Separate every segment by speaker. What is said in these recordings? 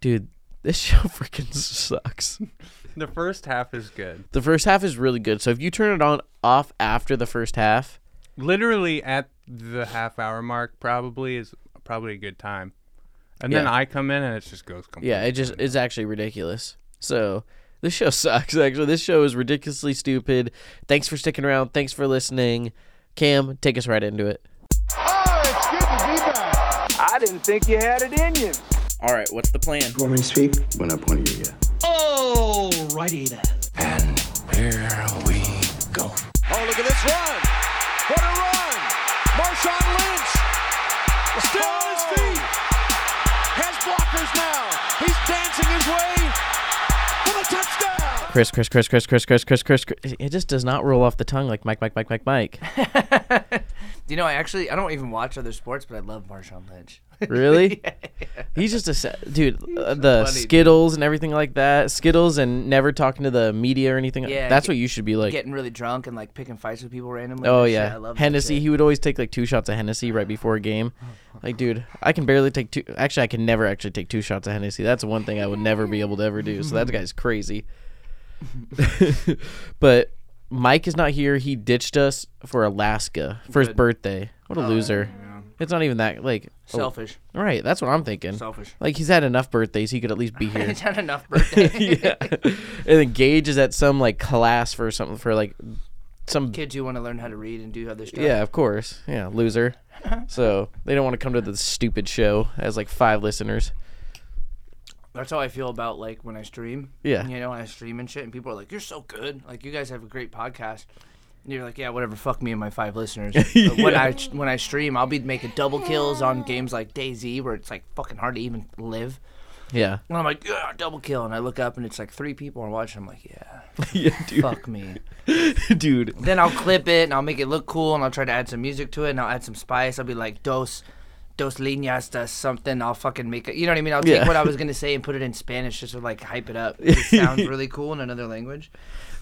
Speaker 1: dude, this show freaking sucks.
Speaker 2: The first half is good.
Speaker 1: The first half is really good. So if you turn it on off after the first half,
Speaker 2: Literally at the half hour mark, probably is probably a good time. And then
Speaker 1: Yeah.
Speaker 2: I come in and it just goes completely.
Speaker 1: yeah, it just is actually ridiculous. So this show sucks. Actually, this show is ridiculously stupid. Thanks for sticking around. Thanks for listening. Cam, take us right into it.
Speaker 3: Oh, it's good to be back.
Speaker 4: I didn't think you had it in you.
Speaker 1: All right, what's the plan?
Speaker 5: Want me to speak? When I point at you, yeah.
Speaker 6: Alrighty then.
Speaker 4: Oh, look at this run. What a run. Marshawn Lynch. Still on his
Speaker 5: Oh.
Speaker 4: feet. Has blockers now. He's dancing his way for the touchdown.
Speaker 1: Chris, Chris, Chris, Chris, Chris, Chris, Chris, Chris, Chris. It just does not roll off the tongue like Mike, Mike, Mike, Mike, Mike.
Speaker 7: You know, I actually I don't even watch other sports, but I love Marshawn Lynch.
Speaker 1: Really? He's just a sa- dude. uh, the
Speaker 7: funny dude.
Speaker 1: Skittles and everything like that. Skittles and never talking to the media or anything.
Speaker 7: Yeah,
Speaker 1: that's
Speaker 7: get-
Speaker 1: what you should be like.
Speaker 7: Getting really drunk and like picking fights with people randomly.
Speaker 1: Oh
Speaker 7: and shit.
Speaker 1: yeah,
Speaker 7: I love that
Speaker 1: Hennessy.
Speaker 7: shit.
Speaker 1: He would always take like two shots of Hennessy right before a game. Like, dude, I can barely take two. Actually, I can never actually take two shots of Hennessy. That's one thing I would never be able to ever do. So that guy's crazy. but Mike is not here. He ditched us for Alaska for his birthday. What
Speaker 7: Oh,
Speaker 1: a loser! It's not even that like oh,
Speaker 7: selfish,
Speaker 1: right, that's what I'm thinking.
Speaker 7: selfish.
Speaker 1: Like he's had enough birthdays. He could at least be here.
Speaker 7: It's not enough birthday.
Speaker 1: yeah. And then Gage is at some like class for something for like some
Speaker 7: Kids who want to learn how to read and do other stuff.
Speaker 1: yeah, of course. Yeah, loser. So they don't want to come to the stupid show as like five listeners.
Speaker 7: That's how I feel about like when I stream.
Speaker 1: Yeah.
Speaker 7: You know, when I stream and shit, and people are like, "You're so good. Like, you guys have a great podcast." And you're like, "Yeah, whatever. Fuck me and my five listeners." But when I when I stream, I'll be making double kills on games like DayZ, where it's like fucking hard to even live.
Speaker 1: Yeah.
Speaker 7: And I'm like, "Yeah, double kill," and I look up and it's like three people are watching. I'm like, "Yeah,
Speaker 1: yeah, dude.
Speaker 7: fuck me."
Speaker 1: Dude.
Speaker 7: then I'll clip it and I'll make it look cool and I'll try to add some music to it and I'll add some spice. I'll be like dos dos líneas das something. I'll fucking make it. You know what I mean? I'll take
Speaker 1: Yeah.
Speaker 7: what I was gonna say and put it in Spanish just to like hype it up. It sounds really cool in another language.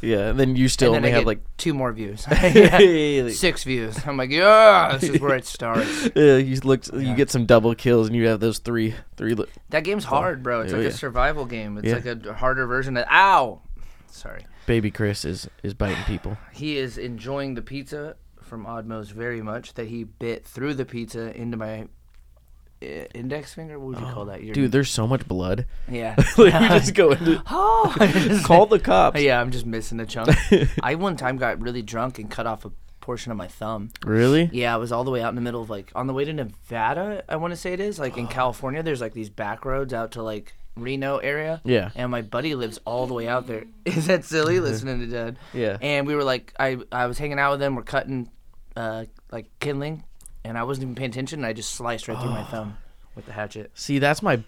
Speaker 1: Yeah, and then you still
Speaker 7: And then
Speaker 1: only
Speaker 7: I
Speaker 1: have
Speaker 7: get
Speaker 1: like
Speaker 7: two more views. Yeah. Six views. I'm like, yeah, this is where it starts.
Speaker 1: Yeah, you looked. You get some double kills, and you have those three, three. Li-
Speaker 7: That game's hard, bro. It's
Speaker 1: Oh,
Speaker 7: like
Speaker 1: yeah.
Speaker 7: a survival game. It's
Speaker 1: Yeah.
Speaker 7: like a harder version of. Ow! Sorry.
Speaker 1: Baby Chris is is biting people.
Speaker 7: He is enjoying the pizza from Odmos very much that he bit through the pizza into my uh, index finger. What would you call that? Your,
Speaker 1: Dude, there's so much blood.
Speaker 7: Yeah.
Speaker 1: like we just go into
Speaker 7: oh,
Speaker 1: call the cops.
Speaker 7: Yeah, I'm just missing a chunk. I one time got really drunk and cut off a portion of my thumb.
Speaker 1: Really?
Speaker 7: Yeah, I was all the way out in the middle of like on the way to Nevada, I want to say it is, like in California, there's like these back roads out to like Reno area.
Speaker 1: Yeah. Mm-hmm.
Speaker 7: And my buddy lives all the way out there. Is that silly listening to Dad?
Speaker 1: Yeah.
Speaker 7: And we were like I I was hanging out with them, we're cutting uh like kindling and I wasn't even paying attention and I just sliced right through my thumb with the hatchet.
Speaker 1: See, that's my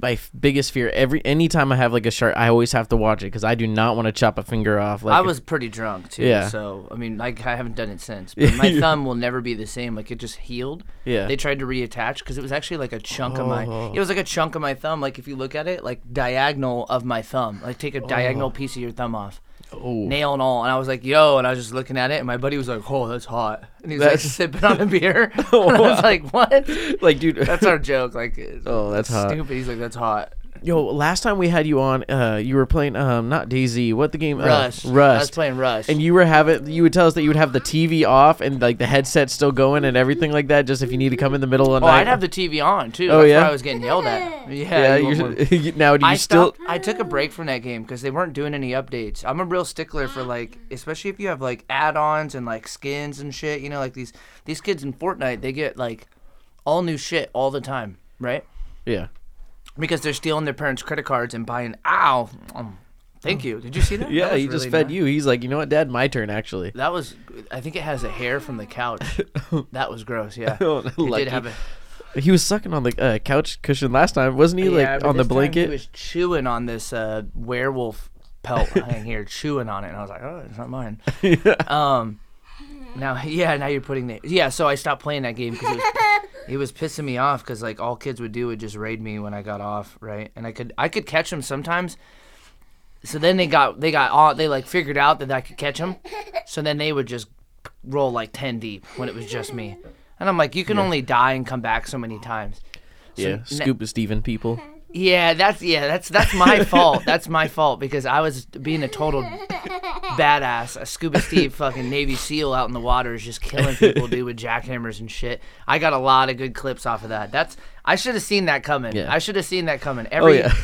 Speaker 1: my f- biggest fear. Every anytime I have like a shark, I always have to watch it because I do not want to chop a finger off. Like
Speaker 7: I was pretty drunk too,
Speaker 1: Yeah.
Speaker 7: so I mean, like I haven't done it since. But my thumb will never be the same. Like it just healed.
Speaker 1: Yeah. Oh.
Speaker 7: They tried to reattach because it was actually like a chunk of my. It was like a chunk of my thumb. Like if you look at it, like diagonal of my thumb. Like take a diagonal piece of your thumb off.
Speaker 1: Oh.
Speaker 7: Nail and all, and I was like, "Yo!" And I was just looking at it, and my buddy was like, "Oh, that's hot," and he was
Speaker 1: That's- Oh,
Speaker 7: like sipping on a beer. and I was like, "What?"
Speaker 1: like, dude,
Speaker 7: That's our joke. Like, it's-
Speaker 1: Oh, that's
Speaker 7: it's
Speaker 1: hot.
Speaker 7: Stupid. He's like, "That's hot."
Speaker 1: Yo, last time we had you on, uh, you were playing um not DayZ, what the game? Uh,
Speaker 7: Rush. I was
Speaker 1: Rust.
Speaker 7: playing Rush.
Speaker 1: And you were having, you would tell us that you would have the TV off and like the headset still going and everything like that, just if you need to come in the middle of the
Speaker 7: oh,
Speaker 1: night.
Speaker 7: I'd have the TV on too.
Speaker 1: Oh,
Speaker 7: that's
Speaker 1: yeah?
Speaker 7: why I was getting yelled at.
Speaker 1: yeah.
Speaker 7: Yeah. you want more?
Speaker 1: You you- now do you
Speaker 7: I
Speaker 1: still?
Speaker 7: stopped, I took a break from that game because they weren't doing any updates. I'm a real stickler for like, especially if you have like add-ons and like skins and shit. You know, like these these kids in Fortnite, they get like all new shit all the time, right?
Speaker 1: Yeah.
Speaker 7: Because they're stealing their parents' credit cards and buying. Ow, um, thank you. Did you see that?
Speaker 1: Yeah,
Speaker 7: That was
Speaker 1: he just
Speaker 7: really
Speaker 1: fed
Speaker 7: nice.
Speaker 1: you. He's like, you know what, Dad, my turn actually.
Speaker 7: That was. I think it has a hair from the couch. that was gross. Yeah,
Speaker 1: Oh,
Speaker 7: it
Speaker 1: lucky.
Speaker 7: did have a.
Speaker 1: He was sucking on the uh, couch cushion last time, wasn't he?
Speaker 7: Yeah,
Speaker 1: Like
Speaker 7: but
Speaker 1: on the
Speaker 7: this time
Speaker 1: blanket.
Speaker 7: He was chewing on this uh, werewolf pelt thing here, chewing on it, and I was like, "Oh, it's not mine." Um, now, yeah, now you're putting the yeah. So I stopped playing that game because it was, it was pissing me off because like all kids would do would just raid me when I got off, right? And I could I could catch them sometimes. So then they got they got all they like figured out that I could catch them. So then they would just roll like ten deep when it was just me. And I'm like, you can only die and come back so many times.
Speaker 1: yeah,
Speaker 7: ne-
Speaker 1: scoop Steven people.
Speaker 7: Yeah, that's yeah, that's that's my fault. That's my fault because I was being a total badass, a scuba Steve fucking Navy SEAL out in the waters, just killing people, dude, with jackhammers and shit. I got a lot of good clips off of that. That's I should have seen that coming.
Speaker 1: Yeah. Oh,
Speaker 7: I should have seen that coming. Every
Speaker 1: yeah.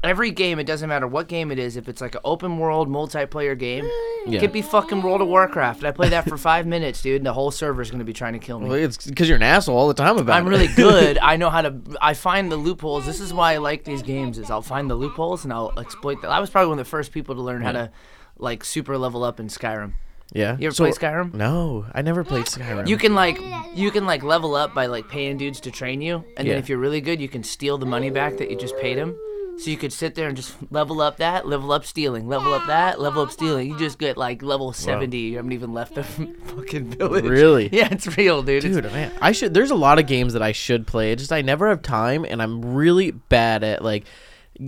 Speaker 7: every game, it doesn't matter what game it is, if it's like an open world multiplayer game,
Speaker 1: Yeah.
Speaker 7: it could be fucking World of Warcraft. I play that for five minutes, dude, and the whole server's gonna be trying to kill me.
Speaker 1: Well, it's because you're an asshole all the time about
Speaker 7: I'm
Speaker 1: it.
Speaker 7: really good. I know how to. I find the loopholes. This is why I like these games. Is I'll find the loopholes and I'll exploit that. I was probably one of the first people to learn how to, like, super level up in Skyrim.
Speaker 1: yeah.
Speaker 7: You ever play Skyrim?
Speaker 1: No, I never played Skyrim.
Speaker 7: You can like, you can like level up by like paying dudes to train you, and
Speaker 1: Yeah.
Speaker 7: then if you're really good, you can steal the money back that you just paid him. So you could sit there and just level up that, level up stealing, level up that, level up stealing. You just get like level 70. You haven't even left the fucking village.
Speaker 1: Really?
Speaker 7: Yeah, it's real, dude. It's-
Speaker 1: Dude, man, I should. There's a lot of games that I should play. It's just I never have time, and I'm really bad at like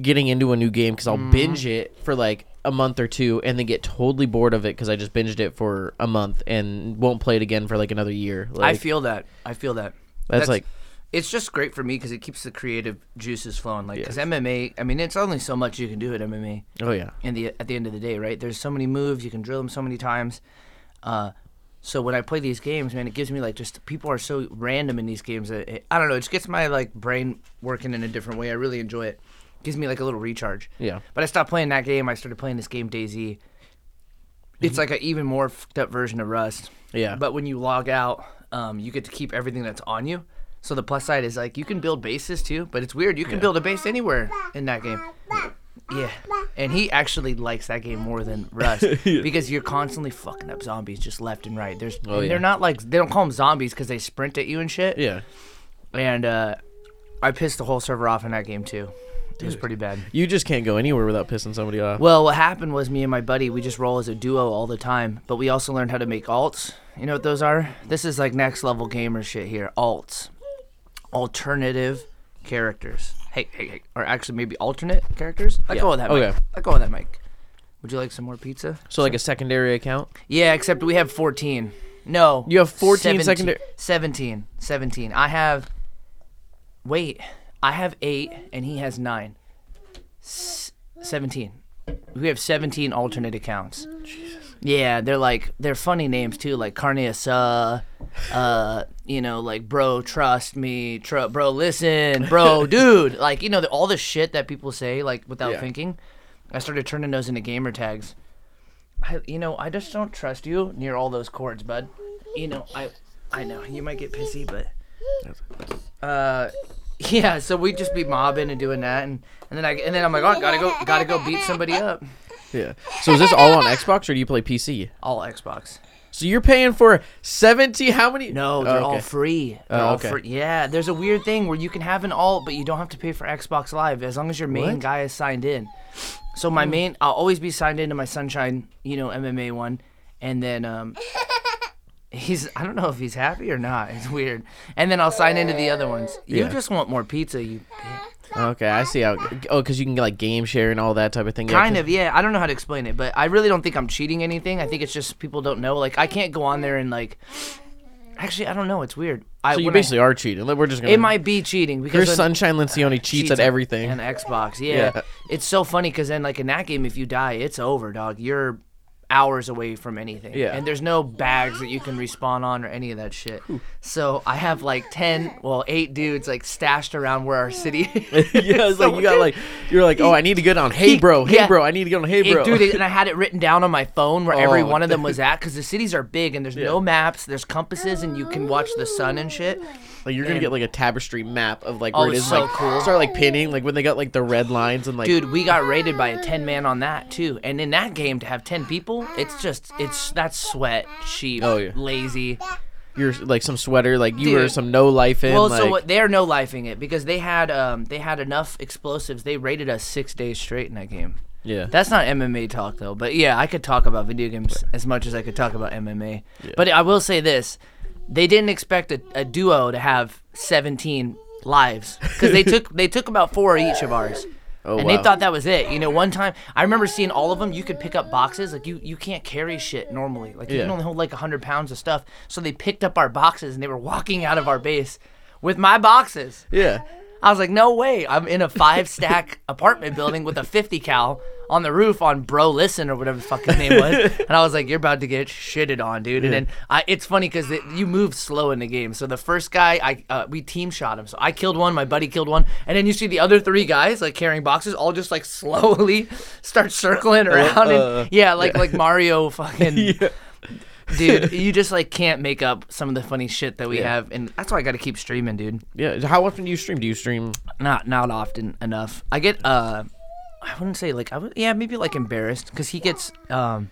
Speaker 1: getting into a new game because I'll
Speaker 7: Mm.
Speaker 1: binge it for like a month or two, and then get totally bored of it because I just binged it for a month and won't play it again for like another year. Like,
Speaker 7: I feel that. I feel that.
Speaker 1: That's like-
Speaker 7: it's just great for me because it keeps the creative juices flowing. Like, because MMA, I mean, it's only so much you can do at MMA.
Speaker 1: oh yeah,
Speaker 7: In the at the end of the day, right? There's so many moves you can drill them so many times. Uh, so when I play these games, man, it gives me like just people are so random in these games. That it, I don't know. It just gets my like brain working in a different way. I really enjoy it. Gives me like a little recharge.
Speaker 1: Yeah.
Speaker 7: But I stopped playing that game. I started playing this game DayZ. It's like an even more fucked up version of Rust.
Speaker 1: Mm-hmm. Yeah.
Speaker 7: But when you log out, um, you get to keep everything that's on you. So the plus side is like you can build bases too, but it's weird. You can build a base anywhere in that game. Yeah. And he actually likes that game more than Rust because you're constantly fucking up zombies just left and right. There's and
Speaker 1: Oh, yeah.
Speaker 7: they're not like they don't call them zombies because they sprint at you and shit.
Speaker 1: yeah.
Speaker 7: And uh, I pissed the whole server off in that game too. It was pretty bad.
Speaker 1: You just can't go anywhere without pissing somebody off.
Speaker 7: Well, what happened was me and my buddy, we just roll as a duo all the time, but we also learned how to make alts. You know what those are? This is like next level gamer shit here. Alts. Alternative characters. Hey, hey, hey. Or actually maybe alternate characters. Let go of that
Speaker 1: Okay.
Speaker 7: mic. Let go of that mic. Would you like some more pizza?
Speaker 1: so like a secondary account.
Speaker 7: Yeah, except we have 14. No.
Speaker 1: You have 14 secondary-
Speaker 7: 17. 17. I have. Wait. I have 8, and he has 9. S- 17. We have 17 alternate accounts. Jesus. Yeah, they're like. They're funny names, too, like Carnia Sa. Uh, you know, like, bro, trust me. Tr- bro, listen. Bro, dude. Like, you know, the, all the shit that people say, like, without thinking. I started turning those into gamer tags. I, you know, I just don't trust you near all those cords, bud. You know, I, I know you might get pissy, but, uh, yeah. So we just be mobbing and doing that, and and then I and then I'm like, oh, gotta go, gotta go beat somebody up.
Speaker 1: Yeah. So is this all on Xbox or do you play PC?
Speaker 7: All Xbox.
Speaker 1: So you're paying for 17? How many?
Speaker 7: No,
Speaker 1: Oh,
Speaker 7: they're all
Speaker 1: okay.
Speaker 7: free. They're
Speaker 1: Oh,
Speaker 7: all
Speaker 1: okay.
Speaker 7: free. Yeah, there's a weird thing where you can have an alt, but you don't have to pay for Xbox Live as long as your main
Speaker 1: What? Hmm.
Speaker 7: guy is signed in. So my main, I'll always be signed into my Sunshine, you know, MMA one, and then um, he's, I don't know if he's happy or not. It's weird. And then I'll sign into the other ones.
Speaker 1: Yeah.
Speaker 7: You just want more pizza, you
Speaker 1: Okay, I see how. Oh, because you can like game share and all that type of thing.
Speaker 7: kind of yeah i don't know how to explain it but i really don't think i'm cheating anything i think it's just people don't know like i can't go on there and like actually i don't know it's weird i
Speaker 1: So you
Speaker 7: when I-
Speaker 1: basically are cheating. Like, We're just gonna.
Speaker 7: it might be cheating
Speaker 1: Your
Speaker 7: because then-
Speaker 1: sunshine Lencioni cheats at
Speaker 7: on-
Speaker 1: everything.
Speaker 7: and Xbox. Yeah.
Speaker 1: Yeah.
Speaker 7: it's so funny because then like in that game, if you die, it's over, dog. You're hours away from anything.
Speaker 1: Yeah.
Speaker 7: and there's no bags that you can respawn on or any of that shit. So I have like ten, well, eight dudes like stashed around where our city.
Speaker 1: yeah, it's like you got like you're like, oh, I need to get on. Hey, bro. Hey,
Speaker 7: yeah.
Speaker 1: bro. I need to get on. Hey,
Speaker 7: It-
Speaker 1: bro.
Speaker 7: dude, it- and I had it written down on my phone where every
Speaker 1: Oh,
Speaker 7: one of them was at because the cities are big and there's no maps. There's compasses and you can watch the sun and shit.
Speaker 1: like you're gonna
Speaker 7: man.
Speaker 1: get like a tapestry map of like
Speaker 7: Oh,
Speaker 1: where it
Speaker 7: it's
Speaker 1: is.
Speaker 7: so
Speaker 1: like
Speaker 7: cool.
Speaker 1: start like pinning like when they got like the red lines and like.
Speaker 7: Dude, we got raided by a 10 man on that too. And in that game, to have 10 people, it's just, it's that's sweat, cheap,
Speaker 1: Oh, yeah.
Speaker 7: lazy.
Speaker 1: you're like some sweater. Like you were
Speaker 7: Dude.
Speaker 1: some no life in.
Speaker 7: Well,
Speaker 1: like,
Speaker 7: so what, they're no lifing it because they had um they had enough explosives. They raided us six days straight in that game.
Speaker 1: Yeah.
Speaker 7: That's not MMA talk though, but yeah, I could talk about video games as much as I could talk about MMA. But I will say this: they didn't expect a, a duo to have 17 lives because they took they took about four each of ours.
Speaker 1: Oh,
Speaker 7: and
Speaker 1: wow.
Speaker 7: they thought that was it. You know, one time I remember seeing all of them. You could pick up boxes. Like you, you can't carry shit normally. Like you
Speaker 1: Yeah.
Speaker 7: can only hold like hundred pounds of stuff. So they picked up our boxes and they were walking out of our base with my boxes.
Speaker 1: yeah.
Speaker 7: I was like, no way. I'm in a five stack apartment building with a 50 cal on the roof on Bro Listen or whatever the fuck his name was. And I was like, you're about to get shitted on, dude. And then I, it's funny because it, you move slow in the game. So the first guy, I uh, we team shot him. So I killed one, my buddy killed one. And then you see the other three guys like carrying boxes all just like slowly start circling around.
Speaker 1: uh,
Speaker 7: and yeah, like, like Mario fucking dude you just like can't make up some of the funny shit that we
Speaker 1: Yeah.
Speaker 7: have and that's why i gotta keep streaming dude
Speaker 1: Yeah. How often do you stream? Do you stream?
Speaker 7: not not often enough i get uh i wouldn't say like i would yeah maybe like embarrassed because he gets um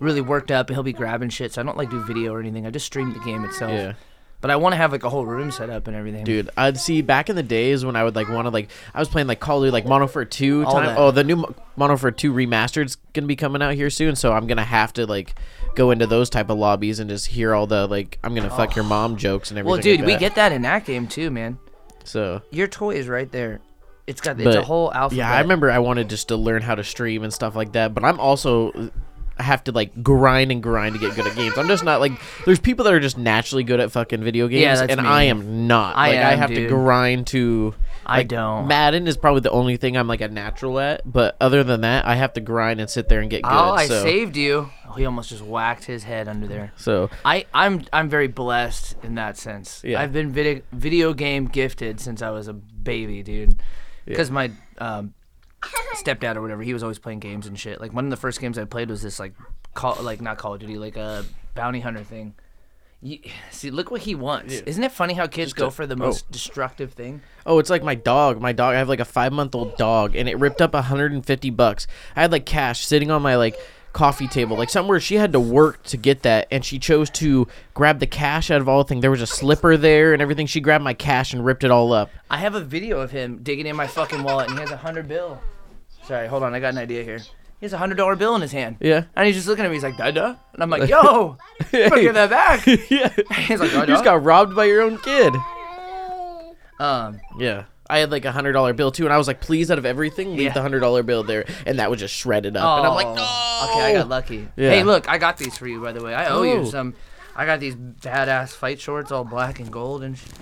Speaker 7: really worked up and he'll be grabbing shit so i don't like do video or anything i just stream the game itself
Speaker 1: Yeah.
Speaker 7: but i want to have like a whole room set up and everything
Speaker 1: Dude, I'd see back in the days when I would like want to like I was playing like Call of Duty like Mono for Two.
Speaker 7: All
Speaker 1: Time.
Speaker 7: that.
Speaker 1: Oh, the new Mo- Mono for Two remastered's gonna be coming out here soon, so I'm gonna have to like go into those type of lobbies and just hear all the like I'm gonna fuck your mom jokes and everything.
Speaker 7: Oh. well dude
Speaker 1: like
Speaker 7: we
Speaker 1: that.
Speaker 7: get that in that game too man
Speaker 1: so.
Speaker 7: your toy is right there it's got it's a
Speaker 1: But-
Speaker 7: whole alphabet
Speaker 1: Yeah, I remember I wanted just to learn how to stream and stuff like that, but I'm also I have to like grind and grind to get good at games. I'm just not like there's people that are just naturally good at fucking video games,
Speaker 7: that's
Speaker 1: and
Speaker 7: me.
Speaker 1: I am not.
Speaker 7: I
Speaker 1: like I
Speaker 7: am,
Speaker 1: have
Speaker 7: dude.
Speaker 1: to grind to.
Speaker 7: I
Speaker 1: like,
Speaker 7: don't.
Speaker 1: Madden is probably the only thing I'm like a natural at, but other than that, I have to grind and sit there and get good.
Speaker 7: oh i
Speaker 1: so,
Speaker 7: saved you oh, he almost just whacked his head under there
Speaker 1: so
Speaker 7: I, I'm I'm very blessed in that sense.
Speaker 1: Yeah.
Speaker 7: I've been video, video game gifted since I was a baby, dude. Because my um, stepdad or whatever, he was always playing games and shit. Like one of the first games I played was this like call like not Call of Duty, like a bounty hunter thing. You, see, look what he wants. Isn't it funny how kids go for the most destructive thing?
Speaker 1: Oh, it's like my dog. My dog. I have like a five month old dog, and it ripped up 150 bucks. I had like cash sitting on my like coffee table, like somewhere she had to work to get that, and she chose to grab the cash out of all things. There was a slipper there and everything. She grabbed my cash and ripped it all up.
Speaker 7: I have a video of him digging in my fucking wallet, and he has a hundred bill. Sorry, hold on, I got an idea here. He has a hundred dollar bill in his hand.
Speaker 1: Yeah.
Speaker 7: and he's just looking at me. He's like, "Dada," and I'm like, "Yo, you better give that back."
Speaker 1: yeah,
Speaker 7: He's like,
Speaker 1: you just got robbed by your own kid.
Speaker 7: um,
Speaker 1: Yeah. I had like a hundred dollar bill too, and I was like, "Please, out of everything, leave
Speaker 7: Yeah.
Speaker 1: the hundred dollar bill there." And that was just shredded up, and I'm like,
Speaker 7: "Oh,
Speaker 1: "No."
Speaker 7: Okay, I got lucky.
Speaker 1: Yeah.
Speaker 7: Hey, look, I got these for you, by the way. I owe
Speaker 1: Oh.
Speaker 7: you some. I got these badass fight shorts, all black and gold and shit,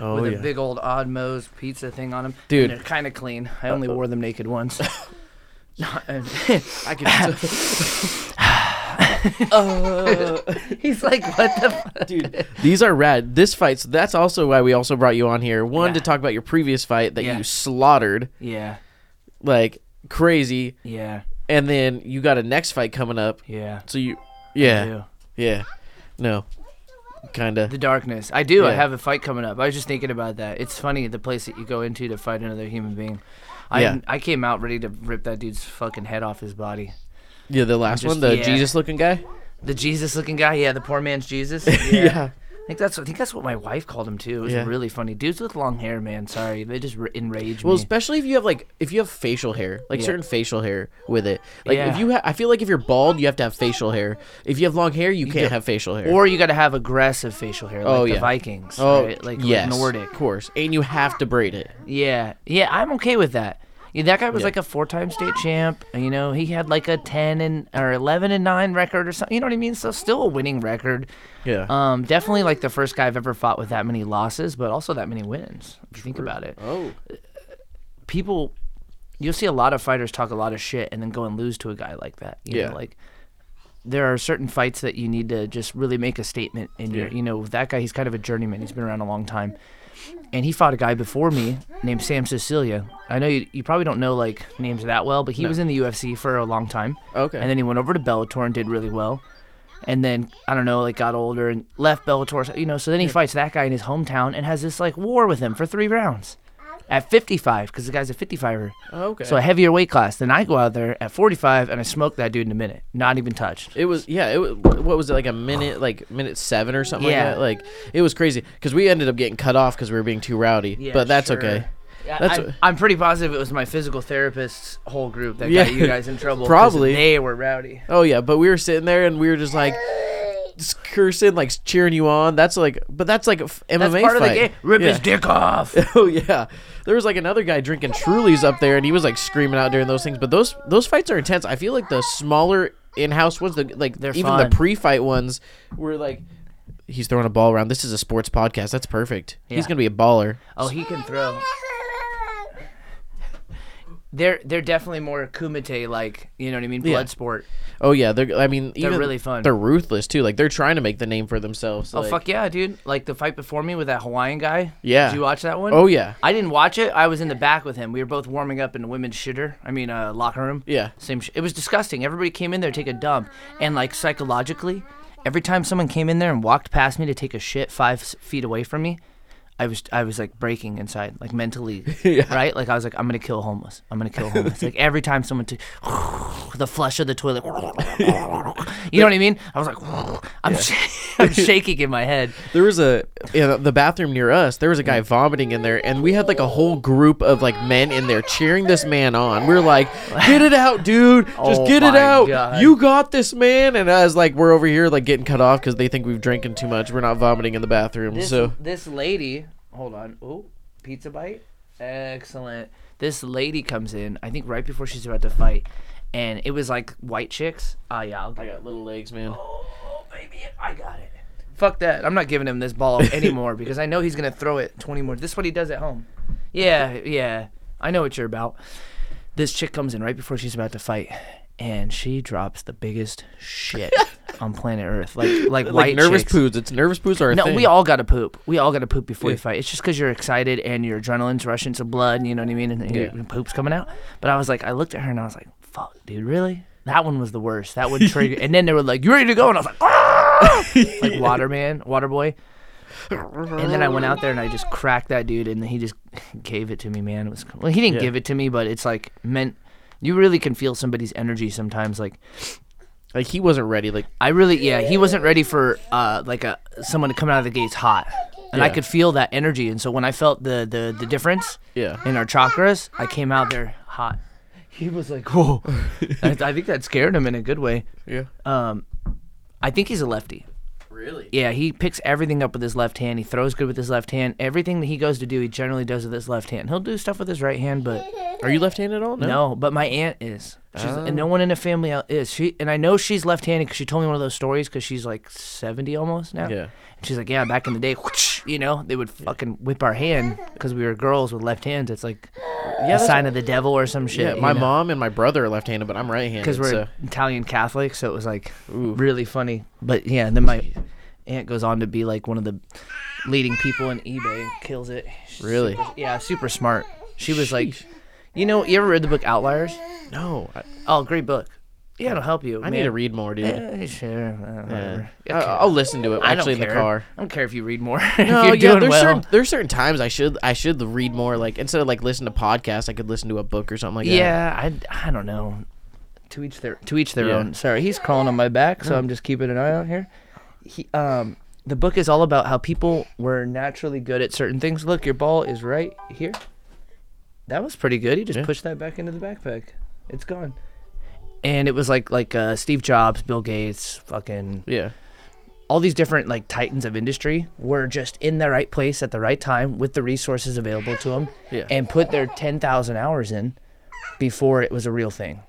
Speaker 1: Oh,
Speaker 7: with
Speaker 1: yeah.
Speaker 7: a big old Oddmo's pizza thing on them.
Speaker 1: Dude.
Speaker 7: they're kind of clean. I only wore them naked once.
Speaker 1: I can, Uh.
Speaker 7: He's like, what the? Fuck?
Speaker 1: dude these are rad this fight so that's also why we also brought you on here one to
Speaker 7: Yeah.
Speaker 1: talk about your previous fight that
Speaker 7: Yeah.
Speaker 1: you slaughtered
Speaker 7: Yeah,
Speaker 1: like crazy
Speaker 7: yeah,
Speaker 1: and then you got a next fight coming up
Speaker 7: yeah.
Speaker 1: so you
Speaker 7: I
Speaker 1: yeah
Speaker 7: do.
Speaker 1: yeah no kind of
Speaker 7: The darkness. I do. I
Speaker 1: Yeah.
Speaker 7: have a fight coming up. I was just thinking about that. It's funny the place that you go into to fight another human being. I
Speaker 1: Yeah.
Speaker 7: I came out ready to rip that dude's fucking head off his body.
Speaker 1: yeah the last
Speaker 7: just-
Speaker 1: one the
Speaker 7: yeah.
Speaker 1: jesus looking guy
Speaker 7: The Jesus looking guy, yeah, the poor man's Jesus.
Speaker 1: yeah,
Speaker 7: I think that's I think that's what my wife called him too. It was
Speaker 1: Yeah.
Speaker 7: really funny. Dudes with long hair, man. Sorry, they just re- enrage
Speaker 1: well
Speaker 7: me.
Speaker 1: especially if you have like if you have facial hair like
Speaker 7: Yeah.
Speaker 1: certain facial hair with it like
Speaker 7: Yeah.
Speaker 1: if you ha- i feel like if you're bald you have to have facial hair if you have long hair you, can't
Speaker 7: do-
Speaker 1: have facial hair
Speaker 7: Or you got to have aggressive facial hair, like
Speaker 1: Oh, yeah.
Speaker 7: the Vikings,
Speaker 1: oh
Speaker 7: right? like
Speaker 1: yes,
Speaker 7: Nordic.
Speaker 1: of course and you have to braid it
Speaker 7: Yeah, yeah, I'm okay with that. Yeah, that guy was
Speaker 1: Yeah.
Speaker 7: like a four-time state champ. and, You know, he had like a ten and or eleven and nine record or something. You know what I mean? So still a winning record.
Speaker 1: yeah
Speaker 7: Um, definitely like the first guy I've ever fought with that many losses, but also that many wins. If you think about it.
Speaker 1: Oh.
Speaker 7: people you'll see a lot of fighters talk a lot of shit and then go and lose to a guy like that you
Speaker 1: Yeah.
Speaker 7: know like there are certain fights that you need to just really make a statement and you're,
Speaker 1: Yeah.
Speaker 7: you know that guy he's kind of a journeyman he's been around a long time and he fought a guy before me named sam cecilia i know you, you probably don't know like names that well but he was in the ufc for a long time
Speaker 1: Okay.
Speaker 7: and then he went over to bellator and did really well and then I don't know, like got older and left Bellator. You know, so then he fights that guy in his hometown and has this like war with him for three rounds at 55 because the guy's a 55er.
Speaker 1: Okay.
Speaker 7: So a heavier weight class. Then I go out there at 45 and I smoke that dude in a minute, not even touched.
Speaker 1: It was yeah. It was, what was it like a minute like minute seven or something
Speaker 7: Yeah.
Speaker 1: like that. Like it was crazy because we ended up getting cut off because we were being too rowdy. but that's okay. That's
Speaker 7: I,
Speaker 1: o-
Speaker 7: I'm pretty positive it was my physical therapist's whole group that
Speaker 1: Yeah.
Speaker 7: got you guys in trouble. 'cause
Speaker 1: Probably.
Speaker 7: they were rowdy.
Speaker 1: Oh yeah, but we were sitting there and we were just like just cursing, like cheering you on. That's like, but that's like a f- MMA
Speaker 7: That's part
Speaker 1: fight.
Speaker 7: of the game. Rip
Speaker 1: yeah.
Speaker 7: his dick off.
Speaker 1: Oh yeah, there was like another guy drinking Trulies up there, and he was like screaming out during those things. But those those fights are intense. I feel like the smaller in-house ones, the, like
Speaker 7: They're
Speaker 1: even
Speaker 7: fun.
Speaker 1: the pre-fight ones, were like, he's throwing a ball around. This is a sports podcast. That's perfect. He's
Speaker 7: Yeah.
Speaker 1: gonna be a baller.
Speaker 7: oh, he can throw. They're they're definitely more Kumite like, you know what I mean? Blood sport.
Speaker 1: Oh yeah, they're. I mean, they're even,
Speaker 7: really fun.
Speaker 1: They're ruthless too. Like they're trying to make the name for themselves.
Speaker 7: oh fuck yeah, dude! Like the fight before me with that Hawaiian guy.
Speaker 1: Yeah.
Speaker 7: Did you watch that one?
Speaker 1: Oh, yeah.
Speaker 7: I didn't watch it. I was in the back with him. We were both warming up in the women's shitter. I mean, uh, locker room.
Speaker 1: Yeah.
Speaker 7: Same. Sh- it was disgusting. Everybody came in there to take a dump, and like psychologically, every time someone came in there and walked past me to take a shit five s- feet away from me, I was I was like breaking inside, like mentally, right? Like I was like, I'm gonna kill homeless. I'm gonna kill homeless. like every time someone took the flush of the toilet, you know what I mean? I was like, I'm, sh- I'm shaking in my head.
Speaker 1: There was a in the bathroom near us. There was a
Speaker 7: Mm.
Speaker 1: guy vomiting in there, and we had like a whole group of like men in there cheering this man on. We were like, "Get it out, dude! Just
Speaker 7: Oh
Speaker 1: get it
Speaker 7: my
Speaker 1: out!
Speaker 7: God.
Speaker 1: You got this, man!" And I was like, "We're over here like getting cut off because they think we've drinking too much. We're not vomiting in the bathroom."
Speaker 7: This,
Speaker 1: so
Speaker 7: this lady, hold on. Oh, pizza bite. Excellent. This lady comes in, I think right before she's about to fight, and it was like white chicks. Ah, yeah, I'll get
Speaker 1: I got little legs, man.
Speaker 7: Oh, baby, I got it. Fuck that. I'm not giving him this ball anymore because I know he's going to throw it 20 more. This is what he does at home. Yeah, yeah. I know what you're about. This chick comes in right before she's about to fight and she drops the biggest shit on planet Earth. Like like,
Speaker 1: Like
Speaker 7: white
Speaker 1: nervous
Speaker 7: chicks.
Speaker 1: poos. It's nervous poos are a
Speaker 7: No,
Speaker 1: thing.
Speaker 7: we all got to poop. We all got to poop before you fight. It's just because you're excited and your adrenaline's rushing to blood, and you know what I mean, and then your
Speaker 1: Yeah.
Speaker 7: poop's coming out. But I was like, I looked at her and I was like, "Fuck, dude, really? That one was the worst. That would trigger." and then they were like, "You ready to go?" And I was like, "Ah!" "Like Waterman, Waterboy." And then I went out there and I just cracked that dude, and he just gave it to me, man. It was well, he didn't
Speaker 1: Yeah.
Speaker 7: give it to me, but it's like meant. You really can feel somebody's energy sometimes, like.
Speaker 1: like he wasn't ready. Like
Speaker 7: I really, yeah, he wasn't ready for uh, like a someone to come out of the gates hot, and I
Speaker 1: Yeah.
Speaker 7: could feel that energy. And so when I felt the the the difference
Speaker 1: Yeah.
Speaker 7: in our chakras, I came out there hot. He was like, "Whoa!" I, I think that scared him in a good way.
Speaker 1: yeah,
Speaker 7: Um, I think he's a lefty.
Speaker 1: really.
Speaker 7: Yeah, he picks everything up with his left hand. He throws good with his left hand. Everything that he goes to do, he generally does with his left hand. He'll do stuff with his right hand, but
Speaker 1: Are you left-handed at all?
Speaker 7: no, but my aunt is. She's, And
Speaker 1: Oh.
Speaker 7: no one in the family el- is. She and I know she's left-handed because she told me one of those stories because she's like seventy almost now.
Speaker 1: Yeah.
Speaker 7: And she's like, yeah, back in the day, you know, they would fucking whip our hand because we were girls with left hands. It's like a
Speaker 1: that's-
Speaker 7: sign of the devil or some shit.
Speaker 1: Yeah, my mom and my brother are left-handed, but I'm right-handed.
Speaker 7: Because we're
Speaker 1: so.
Speaker 7: Italian Catholic, so it was like really funny. But yeah, and then my aunt goes on to be like one of the leading people in eBay and kills it. She's
Speaker 1: Really?
Speaker 7: super- yeah, super smart. She was like, you know, you ever read the book Outliers?
Speaker 1: no. I,
Speaker 7: Oh, great book. Yeah, it'll help you.
Speaker 1: I need to read more, dude.
Speaker 7: Yeah, sure. uh, whatever.
Speaker 1: I- I'll listen to it
Speaker 7: I don't
Speaker 1: actually in the
Speaker 7: care.
Speaker 1: car.
Speaker 7: I don't care if you read more.
Speaker 1: No,
Speaker 7: if
Speaker 1: yeah,
Speaker 7: you're doing
Speaker 1: there's
Speaker 7: well.
Speaker 1: certain there's certain times I should I should read more. Like instead of like listen to podcasts, I could listen to a book or something like that.
Speaker 7: yeah, I, I don't know. To each their to each their
Speaker 1: Yeah.
Speaker 7: own. Sorry, he's crawling on my back, so I'm just keeping an eye out here. He um the book is all about how people were naturally good at certain things. Look, your ball is right here. That was pretty good. He just pushed that back into the backpack. It's gone. And it was like like uh, Steve Jobs, Bill Gates, fucking
Speaker 1: Yeah,
Speaker 7: all these different like titans of industry were just in the right place at the right time with the resources available to them
Speaker 1: Yeah.
Speaker 7: and put their 10,000 hours in before it was a real thing.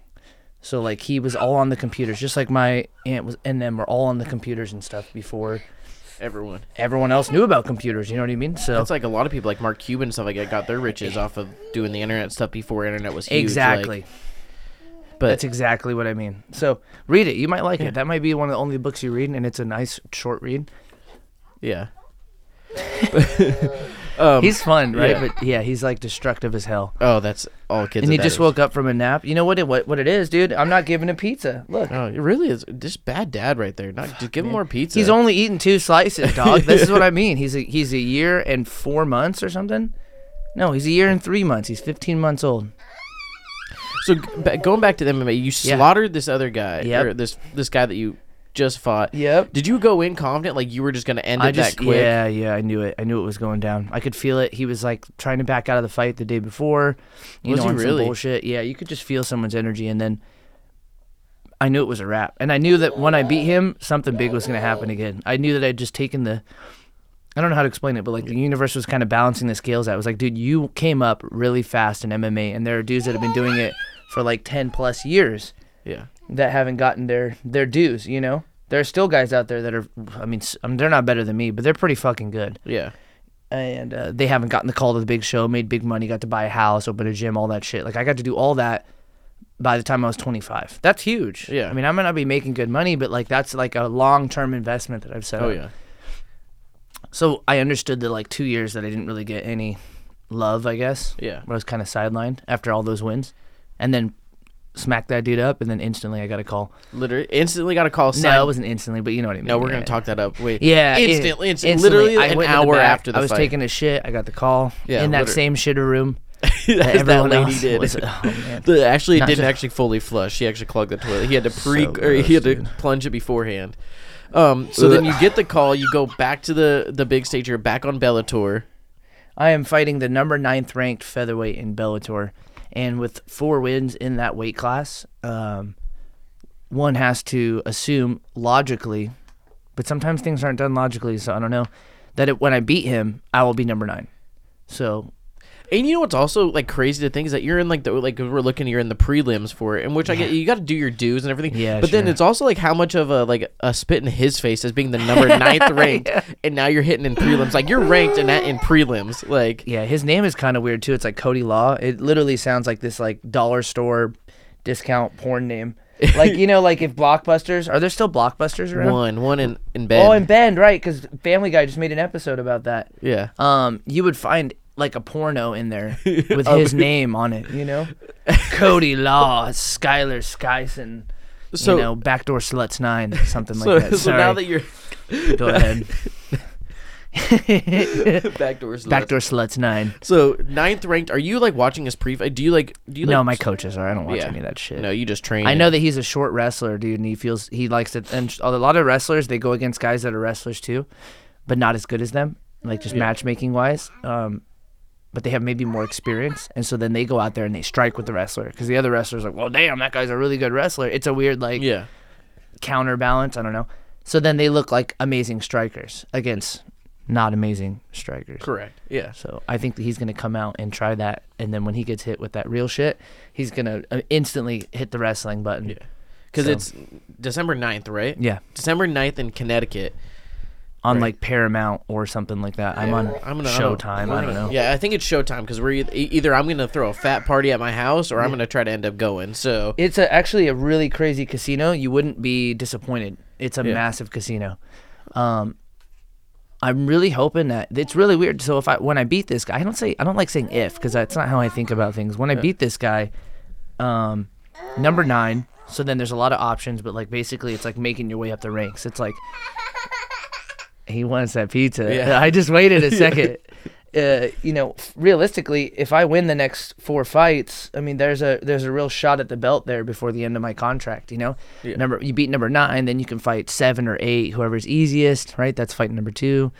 Speaker 7: So like he was all on the computers just like my aunt was and them were all on the computers and stuff before
Speaker 1: everyone.
Speaker 7: everyone else knew about computers, you know what I mean? So
Speaker 1: That's like a lot of people, like Mark Cuban and stuff like that, got their riches off of doing the internet stuff before internet was huge. like-
Speaker 7: exactly.
Speaker 1: but
Speaker 7: That's exactly what I mean. So read it. You might like it. That might be one of the only books you read and it's a nice short read.
Speaker 1: yeah,
Speaker 7: he's fun, right?
Speaker 1: yeah.
Speaker 7: But Um, yeah, he's like destructive as hell.
Speaker 1: oh, that's all kids.
Speaker 7: and
Speaker 1: of
Speaker 7: he
Speaker 1: that
Speaker 7: just
Speaker 1: age.
Speaker 7: woke up from a nap. You know what it what, what it is, dude? I'm not giving him pizza. Look.
Speaker 1: Oh, it really is just bad dad right there. Not just give him more pizza.
Speaker 7: He's only eaten two slices, dog. this is what I mean. He's a, he's a year and 4 months or something. No, he's a year and 3 months. He's 15 months old.
Speaker 1: so g- ba- going back to the MMA. You
Speaker 7: Yeah.
Speaker 1: slaughtered this other guy.
Speaker 7: Yep.
Speaker 1: or this this guy that you just fought.
Speaker 7: Yep.
Speaker 1: Did you go in confident like you were just gonna end
Speaker 7: I
Speaker 1: it
Speaker 7: just
Speaker 1: that quick?
Speaker 7: yeah, yeah, I knew it. I knew it was going down. I could feel it. He was like trying to back out of the fight the day before. You
Speaker 1: Was
Speaker 7: know,
Speaker 1: he
Speaker 7: on
Speaker 1: really?
Speaker 7: some bullshit. Yeah, you could just feel someone's energy and then I knew it was a wrap. And I knew that when I beat him, something big was going to happen again. I knew that I'd just taken the I don't know how to explain it, but like the universe was kind of balancing the scales out. It was like, dude, you came up really fast in MMA and there are dudes that have been doing it for like 10 plus years
Speaker 1: Yeah.
Speaker 7: that haven't gotten their their dues. You um, know, there are still guys out there that are. I mean, s- I mean, they're not better than me, but they're pretty fucking good.
Speaker 1: Yeah.
Speaker 7: and uh, they haven't gotten the call to the big show, made big money, got to buy a house, open a gym, all that shit. Like I got to do all that by the time I was 25. That's huge.
Speaker 1: Yeah.
Speaker 7: I mean, I might not be making good money, but like that's like a long-term investment that I've set.
Speaker 1: Oh
Speaker 7: up.
Speaker 1: yeah.
Speaker 7: So I understood the like two years that I didn't really get any love, I guess.
Speaker 1: Yeah.
Speaker 7: Where I was kind of sidelined after all those wins, and then smacked that dude up, and then instantly I got a call.
Speaker 1: Literally instantly got a call. Signed.
Speaker 7: No, it wasn't instantly, but you know what I mean.
Speaker 1: No, we're
Speaker 7: Yeah.
Speaker 1: gonna talk that up. Wait.
Speaker 7: Yeah, it-
Speaker 1: Instantly. Instantly. Literally
Speaker 7: I
Speaker 1: an
Speaker 7: went to the
Speaker 1: hour
Speaker 7: back,
Speaker 1: after the
Speaker 7: I was
Speaker 1: fight.
Speaker 7: taking a shit. I got the call
Speaker 1: Yeah,
Speaker 7: in that
Speaker 1: liter-
Speaker 7: same shitter room.
Speaker 1: that,
Speaker 7: everyone
Speaker 1: lady
Speaker 7: else
Speaker 1: did.
Speaker 7: was- oh, man.
Speaker 1: The- actually, it
Speaker 7: Not
Speaker 1: didn't
Speaker 7: just-
Speaker 1: actually fully flush. He actually clogged the toilet. He had to pre,
Speaker 7: So
Speaker 1: or he had to
Speaker 7: gross, dude.
Speaker 1: plunge it beforehand. Um, so then you get the call. You go back to the the big stage. You're back on Bellator.
Speaker 7: I am fighting the number ninth ranked featherweight in Bellator, and with four wins in that weight class, um, one has to assume logically, but sometimes things aren't done logically. So I don't know that it, when I beat him, I will be number nine. So
Speaker 1: And you know what's also like crazy to think is that you're in like the like 'cause we're looking you're in the prelims for it, in which I get you got to do your dues and everything.
Speaker 7: Yeah,
Speaker 1: But then
Speaker 7: sure.
Speaker 1: it's also like how much of a like a spit in his face as being the number ninth ranked, and now you're hitting in prelims. Like you're ranked and that in prelims. Like
Speaker 7: yeah, his name is kind of weird too. It's like Cody Law. It literally sounds like this like dollar store discount porn name. Like you know, like if blockbusters are there still blockbusters around?
Speaker 1: one, one in in bed.
Speaker 7: Oh, and Bend, right? Because Family Guy just made an episode about that.
Speaker 1: yeah.
Speaker 7: um, you would find like a porno in there with his name on it, you know? Cody Law, Skylar Skyson,
Speaker 1: So-
Speaker 7: you know, Backdoor Sluts 9, something
Speaker 1: So,
Speaker 7: like that.
Speaker 1: so
Speaker 7: Sorry.
Speaker 1: now that you're
Speaker 7: Go ahead.
Speaker 1: backdoors, left.
Speaker 7: Backdoor Sluts 9.
Speaker 1: So ninth ranked. Are you like watching his pre? Do you like? Do you like,
Speaker 7: no, my coaches are. I don't watch
Speaker 1: Yeah.
Speaker 7: any of that shit.
Speaker 1: No, you just train.
Speaker 7: I
Speaker 1: it.
Speaker 7: know that he's a short wrestler, dude, and he feels he likes it. And a lot of wrestlers, they go against guys that are wrestlers too, but not as good as them, like just matchmaking wise. Um, but they have maybe more experience, and so then they go out there and they strike with the wrestler because the other wrestler's like, "Well, damn, that guy's a really good wrestler." It's a weird like
Speaker 1: Yeah.
Speaker 7: counterbalance. I don't know. So then they look like amazing strikers against not amazing strikers.
Speaker 1: Correct. Yeah.
Speaker 7: So I think that he's gonna come out and try that, and then when he gets hit with that real shit, he's gonna uh, instantly hit the wrestling button.
Speaker 1: Because
Speaker 7: So-
Speaker 1: it's December 9th, right?
Speaker 7: Yeah.
Speaker 1: December 9th in Connecticut.
Speaker 7: on like Paramount or something like that. I'm on
Speaker 1: I'm gonna I'm gonna-
Speaker 7: Showtime. I don't know.
Speaker 1: Yeah, I think it's Showtime because we're eith- e- either I'm gonna throw a fat party at my house or I'm gonna try to end up going. So
Speaker 7: It's a, actually a really crazy casino. You wouldn't be disappointed. It's a massive casino. Um, I'm really hoping that it's really weird. So if I when I beat this guy, I don't say I don't like saying if because that's not how I think about things. When I beat this guy, um, number nine. So then there's a lot of options, but like basically it's like making your way up the ranks. It's like he wants that pizza.
Speaker 1: Yeah.
Speaker 7: I just waited a second. uh, you know, realistically, if I win the next four fights, I mean, there's a there's a real shot at the belt there before the end of my contract. You know, number you beat number nine, then you can fight seven or eight, whoever's easiest. Right, that's fight number two.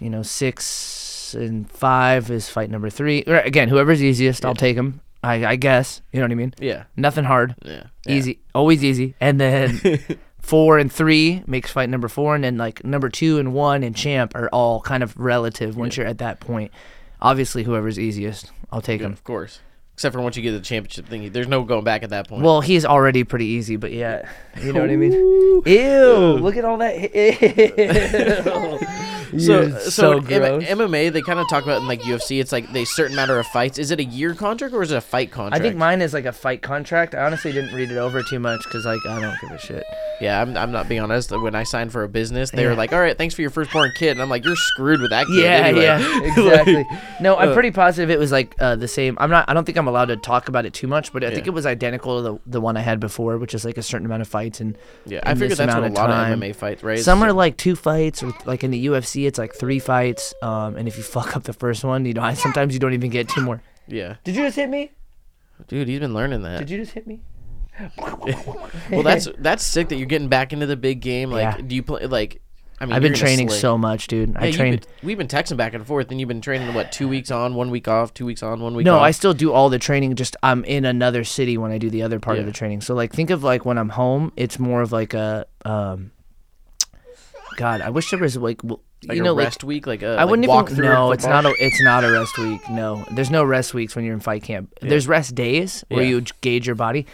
Speaker 7: You know, six and five is fight number three. Or, Again, whoever's easiest, I'll take him. I, I guess you know what I mean.
Speaker 1: yeah,
Speaker 7: Nothing hard.
Speaker 1: yeah,
Speaker 7: Easy. Always easy. And then four and three makes fight number four. And then like number two and one and champ are all kind of relative once you're at that point. Obviously, whoever's easiest, I'll take
Speaker 1: Yeah,
Speaker 7: him.
Speaker 1: of course. Except for once you get to the championship thing, there's no going back at that point.
Speaker 7: Well, he's already pretty easy, but yeah, you know what I mean. Ew! Look at all that. Ew.
Speaker 1: so,
Speaker 7: You're
Speaker 1: so,
Speaker 7: so
Speaker 1: in M-
Speaker 7: gross.
Speaker 1: MMA, they kind of talk about in like UFC, it's like they certain matter of fights. Is it a year contract or is it a fight
Speaker 7: I
Speaker 1: contract?
Speaker 7: think mine is like a fight contract. I honestly didn't read it over too much because like I don't give a shit.
Speaker 1: Yeah, I'm, I'm not being honest. When I signed for a business, they were
Speaker 7: Yeah.
Speaker 1: like, "All right, thanks for your firstborn kid," and I'm like, "You're screwed with that kid."
Speaker 7: Yeah,
Speaker 1: anyway." uh,
Speaker 7: yeah, exactly. no, I'm pretty positive it was like uh, the same. I'm not. I don't think I'm allowed to talk about it too much, but I think
Speaker 1: Yeah.
Speaker 7: it was identical to the, the one I had before, which is like a certain amount of fights and
Speaker 1: yeah.
Speaker 7: and
Speaker 1: I figured
Speaker 7: this
Speaker 1: that's what a
Speaker 7: amount
Speaker 1: lot
Speaker 7: time.
Speaker 1: of MMA fights, right? It's
Speaker 7: Some are
Speaker 1: just-
Speaker 7: like two fights, or like in the UFC, it's like three fights. Um, and if you fuck up the first one, you know, I, sometimes you don't even get two more.
Speaker 1: yeah,
Speaker 7: Did you just hit me?
Speaker 1: dude, he's been learning that.
Speaker 7: Did you just hit me?
Speaker 1: Well, that's that's sick that you're getting back into the big game. Like,
Speaker 7: Yeah.
Speaker 1: do you play? Like, I mean,
Speaker 7: I've been
Speaker 1: you're gonna
Speaker 7: training
Speaker 1: slay.
Speaker 7: so much, dude.
Speaker 1: Yeah,
Speaker 7: I
Speaker 1: you've
Speaker 7: trained.
Speaker 1: been- we've been texting back and forth, and you've been training what two weeks on, one week off, two weeks on, one week.
Speaker 7: No,
Speaker 1: off.
Speaker 7: I still do all the training. Just I'm in another city when I do the other part of
Speaker 1: Yeah.
Speaker 7: the training. So like, think of like when I'm home, it's more of like a, um, God, I wish there was like, w-
Speaker 1: like
Speaker 7: you know,
Speaker 1: a
Speaker 7: like
Speaker 1: rest week, like a
Speaker 7: I wouldn't
Speaker 1: like
Speaker 7: even.
Speaker 1: walkthrough in
Speaker 7: No, it's
Speaker 1: football?
Speaker 7: not a. It's not a rest week. No, there's no rest weeks when you're in fight camp. There's rest days where
Speaker 1: Yeah.
Speaker 7: you j- gauge your body,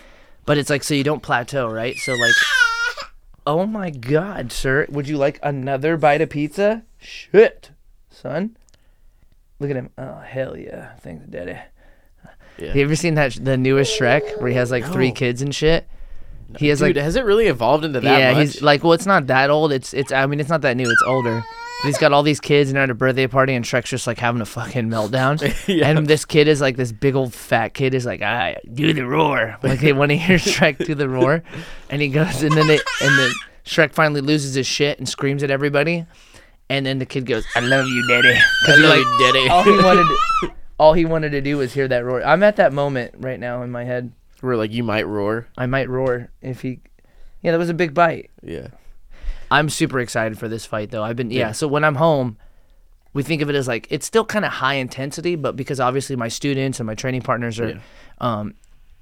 Speaker 7: but it's like so you don't plateau, right? So like, oh my God, sir, would you like another bite of pizza? Shit, son. Look at him. Oh hell yeah, thanks, daddy.
Speaker 1: Yeah.
Speaker 7: Have you ever seen that sh- the newest Shrek where he has like three
Speaker 1: No.
Speaker 7: kids and shit? He has
Speaker 1: Dude,
Speaker 7: like
Speaker 1: has it really evolved into that
Speaker 7: yeah,
Speaker 1: much?
Speaker 7: he's like well, it's not that old. It's it's I mean it's not that new. It's older. But he's got all these kids and they're at a birthday party and Shrek's just like having a fucking meltdown.
Speaker 1: Yeah.
Speaker 7: And this kid is like this big old fat kid is like I do the roar. Like they want to hear Shrek do the roar, and he goes and then they and then Shrek finally loses his shit and screams at everybody, and then the kid goes I love you, daddy. 'Cause he,
Speaker 1: Really
Speaker 7: like,
Speaker 1: did it.
Speaker 7: all he wanted all he wanted to do was hear that roar. I'm at that moment right now in my head.
Speaker 1: We're like, you might roar.
Speaker 7: I might roar if he Yeah, that was a big bite.
Speaker 1: Yeah.
Speaker 7: I'm super excited for this fight though. I've been yeah, so when I'm home, we think of it as like it's still kind of high intensity, but because obviously my students and my training partners are
Speaker 1: Yeah.
Speaker 7: um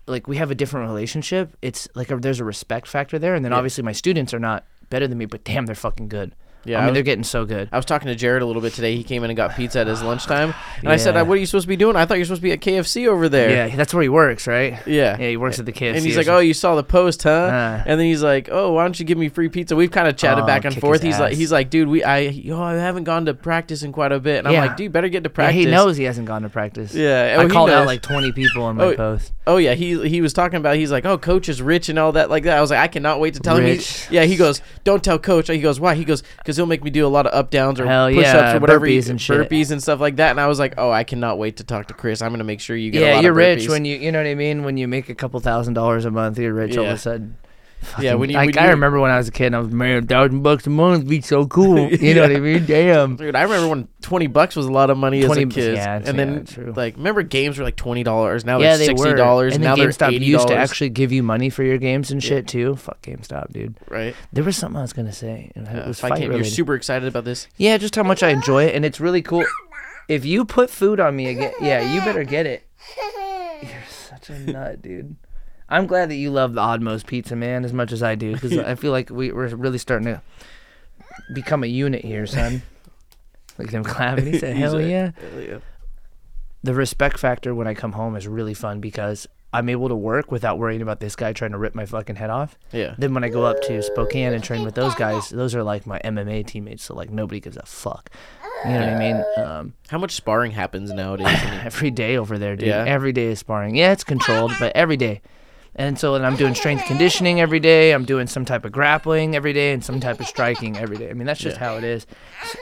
Speaker 7: like we have a different relationship. It's like a, there's a respect factor there and then obviously my students are not better than me, but damn, they're fucking good.
Speaker 1: Yeah,
Speaker 7: I
Speaker 1: I
Speaker 7: mean,
Speaker 1: was-
Speaker 7: they're getting so good.
Speaker 1: I was talking to Jared a little bit today. He came in and got pizza at his lunchtime, and I said,
Speaker 7: Yeah.
Speaker 1: "Uh, "What are you supposed to be doing? I thought you were supposed to be at KFC over there."
Speaker 7: Yeah, that's where he works, right?
Speaker 1: Yeah.
Speaker 7: Yeah, he works at the kids.
Speaker 1: And he's like, "Oh, you saw the post, huh?"
Speaker 7: Uh.
Speaker 1: and then he's like, "Oh, why don't you give me free pizza?" We've kind of chatted
Speaker 7: Oh,
Speaker 1: back and
Speaker 7: kick
Speaker 1: forth.
Speaker 7: his
Speaker 1: He's like,
Speaker 7: ass.
Speaker 1: "He's like, dude, we I yo, I haven't gone to practice in quite a bit." And
Speaker 7: Yeah.
Speaker 1: I'm like, "Dude, better get to practice."
Speaker 7: Yeah, he knows he hasn't gone to practice.
Speaker 1: Yeah, oh,
Speaker 7: I
Speaker 1: he
Speaker 7: called out
Speaker 1: knows.
Speaker 7: like 20 people on my
Speaker 1: Oh,
Speaker 7: post.
Speaker 1: Oh yeah, he he was talking about. He's like, "Oh, coach is rich and all that like that." I was like, "I cannot wait to tell him."
Speaker 7: Rich.
Speaker 1: He's, yeah, he goes, "Don't tell coach." He goes, "Why?" He goes, "Cause he'll make me do a lot of up downs or
Speaker 7: Hell
Speaker 1: push ups
Speaker 7: yeah,
Speaker 1: or whatever
Speaker 7: burpees
Speaker 1: you,
Speaker 7: and shit.
Speaker 1: burpees and stuff like that." And I was like, "Oh, I cannot wait to talk to Chris. I'm gonna make sure you get a
Speaker 7: Yeah,
Speaker 1: lot
Speaker 7: you're
Speaker 1: of
Speaker 7: rich
Speaker 1: burpees."
Speaker 7: when you you know what I mean. When you make a couple thousand dollars a month, you're rich all of
Speaker 1: Yeah.
Speaker 7: a sudden.
Speaker 1: yeah when you
Speaker 7: like
Speaker 1: when
Speaker 7: I
Speaker 1: you-
Speaker 7: remember when I was a kid, and I was man, thousand bucks a month be so cool. You know what I mean? Damn.
Speaker 1: Dude, I remember when twenty bucks was a lot of money
Speaker 7: 20
Speaker 1: as a
Speaker 7: bucks,
Speaker 1: kid,
Speaker 7: yeah, it's-
Speaker 1: and
Speaker 7: yeah,
Speaker 1: then
Speaker 7: true.
Speaker 1: like remember games were like twenty dollars. Now
Speaker 7: yeah,
Speaker 1: they're
Speaker 7: they
Speaker 1: sixty
Speaker 7: were.
Speaker 1: dollars.
Speaker 7: And
Speaker 1: Now
Speaker 7: then
Speaker 1: they're
Speaker 7: GameStop
Speaker 1: eighty
Speaker 7: used to
Speaker 1: dollars.
Speaker 7: actually give you money for your games and shit too. Fuck GameStop, dude.
Speaker 1: Right?
Speaker 7: There was something I was gonna say. and It was
Speaker 1: If I
Speaker 7: fight
Speaker 1: can't- you're
Speaker 7: related.
Speaker 1: super excited about this.
Speaker 7: Yeah, just how much I enjoy it, and it's really cool. If you put food on me again, yeah, you better get it. You're such a nut, dude. I'm glad that you love the Oddmo's Pizza Man as much as I do, because I feel like we, we're really starting to become a unit here, son. Look at him clapping. He said,
Speaker 1: He's
Speaker 7: "Hell
Speaker 1: like,
Speaker 7: yeah!"
Speaker 1: "Hell yeah."
Speaker 7: The respect factor when I come home is really fun because I'm able to work without worrying about this guy trying to rip my fucking head off.
Speaker 1: Yeah.
Speaker 7: Then when I go up to Spokane and train with those guys, those are like my MMA teammates, so like nobody gives a fuck. You know what I mean? Um,
Speaker 1: How much sparring happens nowadays? And
Speaker 7: every day over there, dude.
Speaker 1: Yeah.
Speaker 7: Every day is sparring. Yeah, it's controlled, but every day. And so, and I'm doing strength conditioning every day. I'm doing some type of grappling every day, and some type of striking every day. I mean, that's just how it is. So-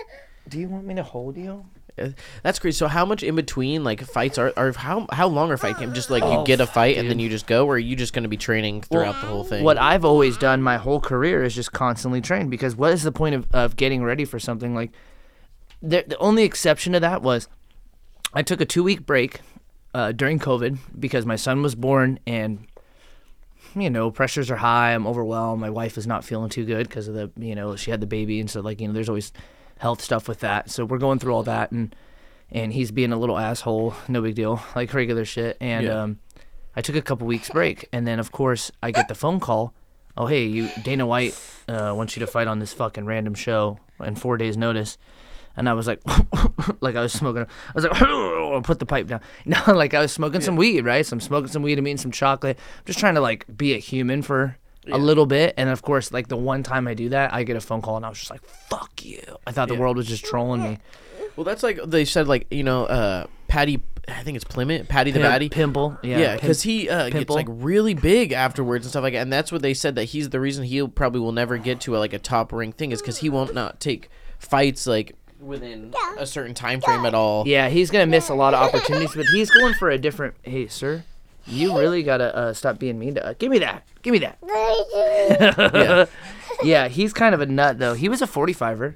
Speaker 7: do you want me to hold you?
Speaker 1: it- Uh, that's crazy. So how much in between like fights are? Or how how long are fight camp? Just like
Speaker 7: Oh,
Speaker 1: you get a fight and then you just go, or are you just going to be training throughout the whole thing?
Speaker 7: What I've always done my whole career is just constantly train because what is the point of, of getting ready for something like the, the only exception to that was I took a two week break uh, during COVID because my son was born and you know pressures are high. I'm overwhelmed. My wife is not feeling too good because of the you know she had the baby and so like you know there's always health stuff with that. So we're going through all that and and he's being a little asshole. No big deal, like regular shit. And
Speaker 1: Yeah.
Speaker 7: um, I took a couple weeks break and then of course I get the phone call. Oh hey, you Dana White uh, wants you to fight on this fucking random show in four days notice and I was like, like I was smoking. I was like, put the pipe down. No, like I was smoking some weed, right? So I'm smoking some weed. I'm eating some chocolate. I'm just trying to like be a human for a little bit. And of course, like the one time I do that, I get a phone call, and I was just like, fuck you. I thought the world was just trolling me.
Speaker 1: well, that's like they said, like you know, uh, Patty. I think it's Plymouth. Patty the
Speaker 7: Pim-
Speaker 1: Batty.
Speaker 7: pimple, yeah,
Speaker 1: yeah,
Speaker 7: pim-
Speaker 1: because he uh, gets
Speaker 7: pimple.
Speaker 1: like really big afterwards and stuff like that. And that's what they said that he's the reason he probably will never get to a, like a top ring thing is because he won't not take fights like within a certain time frame at all.
Speaker 7: Yeah, he's gonna miss a lot of opportunities, but he's going for a different. Hey, sir, you really gotta uh, stop being mean to. Uh, give me that. Give me that. yeah, he's kind of a nut though. He was a 45er.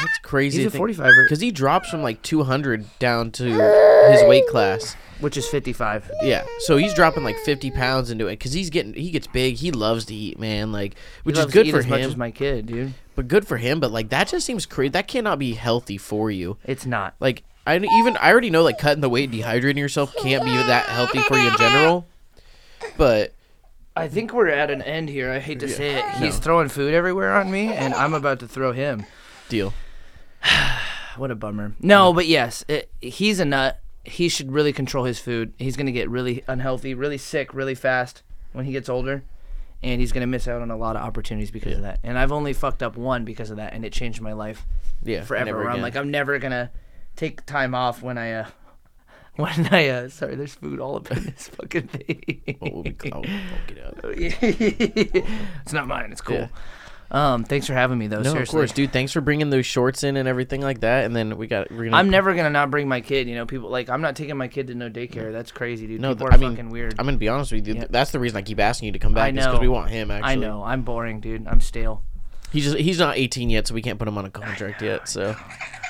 Speaker 1: That's crazy.
Speaker 7: He's a 45er.
Speaker 1: because he drops from like 200 down to his weight class.
Speaker 7: which is 55.
Speaker 1: Yeah, so he's dropping like 50 pounds into it because he's getting he gets big. He loves to eat, man. Like, which
Speaker 7: He
Speaker 1: is
Speaker 7: loves to
Speaker 1: good
Speaker 7: eat
Speaker 1: for
Speaker 7: as
Speaker 1: him,
Speaker 7: much as my kid, dude.
Speaker 1: but good for him. But like that just seems crazy. That cannot be healthy for you.
Speaker 7: It's not.
Speaker 1: Like I d- even I already know like cutting the weight, dehydrating yourself can't be that healthy for you in general. But
Speaker 7: I think we're at an end here. I hate to say it. He's
Speaker 1: No.
Speaker 7: throwing food everywhere on me, and I'm about to throw him.
Speaker 1: deal.
Speaker 7: What a bummer. No, but yes, it, he's a nut. He should really control his food. He's gonna get really unhealthy, really sick, really fast when he gets older, and he's gonna miss out on a lot of opportunities because of that. And I've only fucked up one because of that, and it changed my life
Speaker 1: Yeah,
Speaker 7: forever.
Speaker 1: never
Speaker 7: Where I'm
Speaker 1: again.
Speaker 7: like, I'm never gonna take time off when I uh when I uh sorry, there's food all up in this fucking thing.
Speaker 1: What would we call it?
Speaker 7: it's not mine. It's cool. Um, thanks for having me though.
Speaker 1: No, of
Speaker 7: seriously,
Speaker 1: course, dude. Thanks for bringing those shorts in and everything like that. And then we got. We're gonna,
Speaker 7: I'm never gonna not bring my kid. You know, people like I'm not taking my kid to no daycare. That's crazy, dude.
Speaker 1: No,
Speaker 7: people
Speaker 1: th-
Speaker 7: are
Speaker 1: I mean,
Speaker 7: fucking weird.
Speaker 1: I'm gonna be honest with you.
Speaker 7: Yeah.
Speaker 1: That's the reason I keep asking you to come back.
Speaker 7: I
Speaker 1: is 'cause
Speaker 7: know.
Speaker 1: we want him. Actually,
Speaker 7: I know. I'm boring, dude. I'm stale.
Speaker 1: He's just, he's not 18 yet, so we can't put him on a contract yet. So,